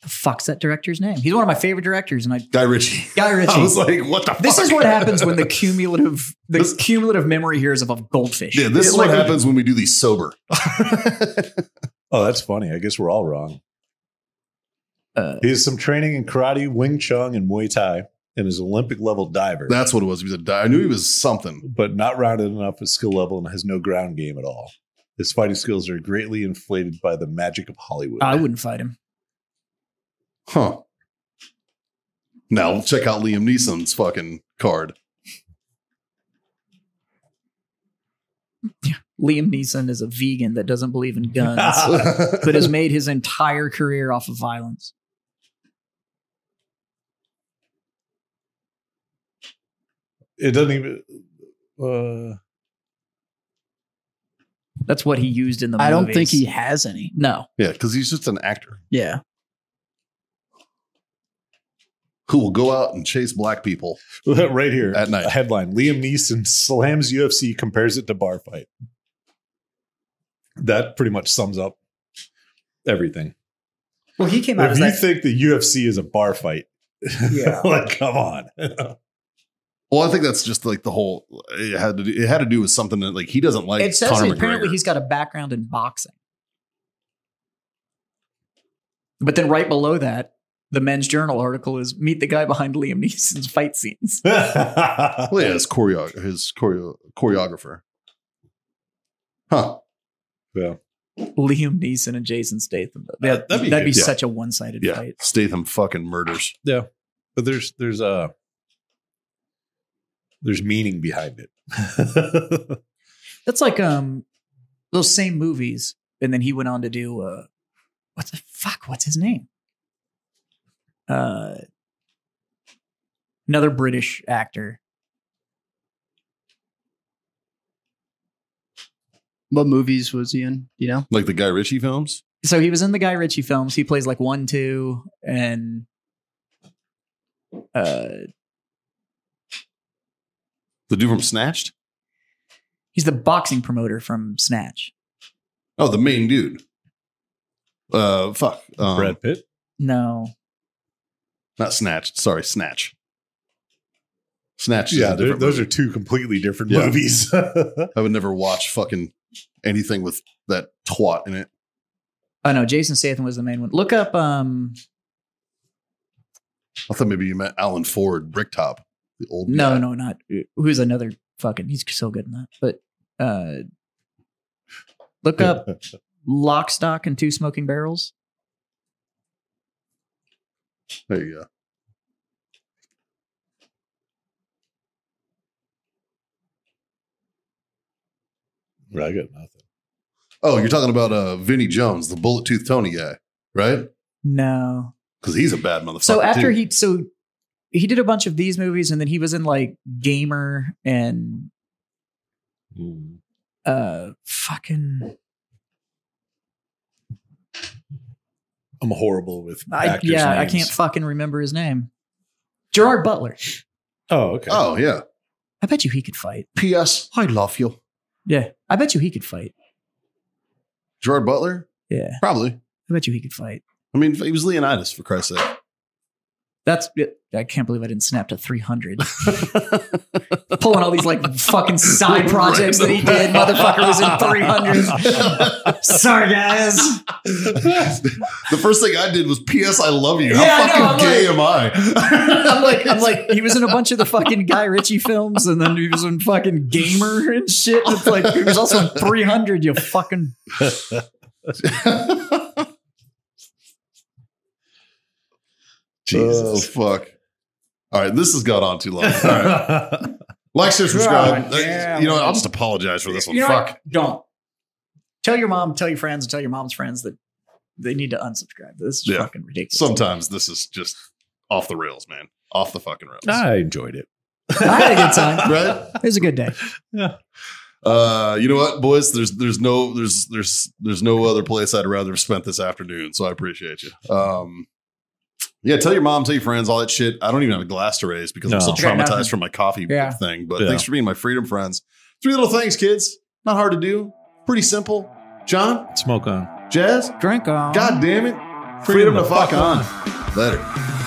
[SPEAKER 4] the fuck's that director's name? He's one of my favorite directors, and I
[SPEAKER 1] Guy Ritchie.
[SPEAKER 4] Guy Ritchie.
[SPEAKER 1] I was like, what the?
[SPEAKER 4] this
[SPEAKER 1] fuck?
[SPEAKER 4] is what happens when the cumulative the
[SPEAKER 1] This-
[SPEAKER 4] cumulative memory here is of a goldfish.
[SPEAKER 1] Yeah, this
[SPEAKER 4] It-
[SPEAKER 1] is what
[SPEAKER 4] like-
[SPEAKER 1] happens when we do these sober.
[SPEAKER 3] Oh, that's funny. I guess we're all wrong.
[SPEAKER 4] Uh,
[SPEAKER 3] He has some training in karate, Wing Chun, and Muay Thai, and is an Olympic level diver,
[SPEAKER 1] That's what it was. He was a di- I knew he was something.
[SPEAKER 3] but not rounded enough with skill level and has no ground game at all. His fighting skills are greatly inflated by the magic of Hollywood.
[SPEAKER 4] I wouldn't fight him.
[SPEAKER 1] Huh. Now check out Liam Neeson's fucking card.
[SPEAKER 4] Liam Neeson is a vegan that doesn't believe in guns, but has made his entire career off of violence.
[SPEAKER 3] It doesn't even. Uh,
[SPEAKER 4] That's what he used in the.
[SPEAKER 6] I don't think
[SPEAKER 4] movies.
[SPEAKER 6] he has any.
[SPEAKER 4] No,
[SPEAKER 1] yeah, because he's just an actor
[SPEAKER 6] Yeah.
[SPEAKER 1] who will go out and chase black people.
[SPEAKER 3] right here
[SPEAKER 1] At night.
[SPEAKER 3] a headline: Liam Neeson slams UFC, compares it to bar fight. That pretty much sums up everything.
[SPEAKER 4] well, he came out
[SPEAKER 3] If
[SPEAKER 4] as
[SPEAKER 3] you
[SPEAKER 4] that.
[SPEAKER 3] think the UFC is a bar fight,
[SPEAKER 4] Yeah.
[SPEAKER 3] like come on.
[SPEAKER 1] Well, I think that's just like the whole. It had to. Do, it had to do with something that like he doesn't like.
[SPEAKER 4] it says
[SPEAKER 1] Conor
[SPEAKER 4] apparently
[SPEAKER 1] McGregor.
[SPEAKER 4] he's got a background in boxing. But then right below that, the Men's Journal article is meet the guy behind Liam Neeson's fight scenes.
[SPEAKER 1] Well, yeah, his choreo- his choreo- choreographer. Huh.
[SPEAKER 3] yeah.
[SPEAKER 4] Liam Neeson and Jason Statham. That, that'd be,
[SPEAKER 3] that'd be good. Yeah.
[SPEAKER 4] such a one-sided
[SPEAKER 1] Yeah.
[SPEAKER 4] fight.
[SPEAKER 1] Statham fucking murders.
[SPEAKER 3] but there's there's uh there's meaning behind it.
[SPEAKER 4] That's like um those same movies, and then he went on to do uh what the fuck? What's his name? Uh, another British actor.
[SPEAKER 6] What movies was he in? You know?
[SPEAKER 1] Like the Guy Ritchie films.
[SPEAKER 4] So he was in the Guy Ritchie films. He plays like one, two, and uh,
[SPEAKER 1] The dude from Snatched.
[SPEAKER 4] he's the boxing promoter from Snatch.
[SPEAKER 1] Oh, the main dude. Uh, fuck. Um,
[SPEAKER 3] Brad Pitt.
[SPEAKER 4] No,
[SPEAKER 1] Not Snatched. Sorry, Snatch. Snatch.
[SPEAKER 3] Yeah, they're- those
[SPEAKER 1] movie.
[SPEAKER 3] are two completely different
[SPEAKER 1] Yeah.
[SPEAKER 3] movies.
[SPEAKER 1] I would never watch fucking anything with that twat in it.
[SPEAKER 4] oh no, Jason Statham was the main one. Look up um,
[SPEAKER 1] I thought maybe you meant Alan Ford, Bricktop, the old
[SPEAKER 4] no,
[SPEAKER 1] guy.
[SPEAKER 4] no, not uh, who's another fucking. He's so good in that. But uh, look up Lock, Stock, and Two Smoking Barrels.
[SPEAKER 1] There you go.
[SPEAKER 3] Well, I got nothing.
[SPEAKER 1] Oh, you're talking about uh Vinny Jones, the bullet tooth Tony guy, right?
[SPEAKER 4] No.
[SPEAKER 1] Because he's a bad motherfucker.
[SPEAKER 4] So after
[SPEAKER 1] too.
[SPEAKER 4] he so he did a bunch of these movies, and then he was in like Gamer and uh fucking
[SPEAKER 3] I'm horrible with
[SPEAKER 4] I,
[SPEAKER 3] actors'
[SPEAKER 4] yeah i
[SPEAKER 3] names.
[SPEAKER 4] can't fucking remember his name gerard butler
[SPEAKER 3] Oh, okay.
[SPEAKER 1] Oh yeah.
[SPEAKER 4] i bet you he could fight
[SPEAKER 1] P.S. I love you.
[SPEAKER 4] yeah i bet you he could fight
[SPEAKER 1] Gerard Butler?
[SPEAKER 4] yeah
[SPEAKER 1] Probably.
[SPEAKER 4] i bet you he could fight
[SPEAKER 1] I mean, he was Leonidas for Christ's sake.
[SPEAKER 4] that's i can't believe i didn't snap to 300 pulling all these like fucking side projects that he did motherfucker was in 300 sorry guys
[SPEAKER 1] the first thing I did was P.S. I love you. How
[SPEAKER 4] Yeah, I know,
[SPEAKER 1] fucking
[SPEAKER 4] I'm
[SPEAKER 1] gay am I?
[SPEAKER 4] I'm like, I'm like, he was in a bunch of the fucking Guy Ritchie films, and then he was in fucking Gamer and shit. It's like he was also in 300. You fucking
[SPEAKER 3] Jesus.
[SPEAKER 1] Oh fuck. All right, this has got on too long. All right. Like, share, subscribe.
[SPEAKER 4] God damn.
[SPEAKER 1] you know, what? I'll just apologize for this one.
[SPEAKER 4] You know
[SPEAKER 1] Fuck.
[SPEAKER 4] what? Don't. Tell your mom, tell your friends, and tell your mom's friends that they need to unsubscribe. This is
[SPEAKER 1] Yeah.
[SPEAKER 4] fucking ridiculous.
[SPEAKER 1] Sometimes this is just off the rails, man. Off the fucking rails.
[SPEAKER 3] I enjoyed it.
[SPEAKER 4] I had a good time.
[SPEAKER 1] Right?
[SPEAKER 4] It was a good day.
[SPEAKER 1] Uh, you know what, boys? There's there's no there's there's there's no other place I'd rather have spent this afternoon. So I appreciate you. Um, yeah, tell your mom, tell your friends, all that shit. I don't even have a glass to raise because I'm
[SPEAKER 3] No.
[SPEAKER 1] still
[SPEAKER 4] You got nothing.
[SPEAKER 1] traumatized from my coffee
[SPEAKER 4] Yeah.
[SPEAKER 1] thing. But
[SPEAKER 3] Yeah.
[SPEAKER 1] thanks for being my freedom friends. Three little things, kids. Not hard to do. Pretty simple. John,
[SPEAKER 3] Smoke on.
[SPEAKER 1] Jazz,
[SPEAKER 4] Drink on.
[SPEAKER 1] God damn it. Freedom, to fuck on. Later.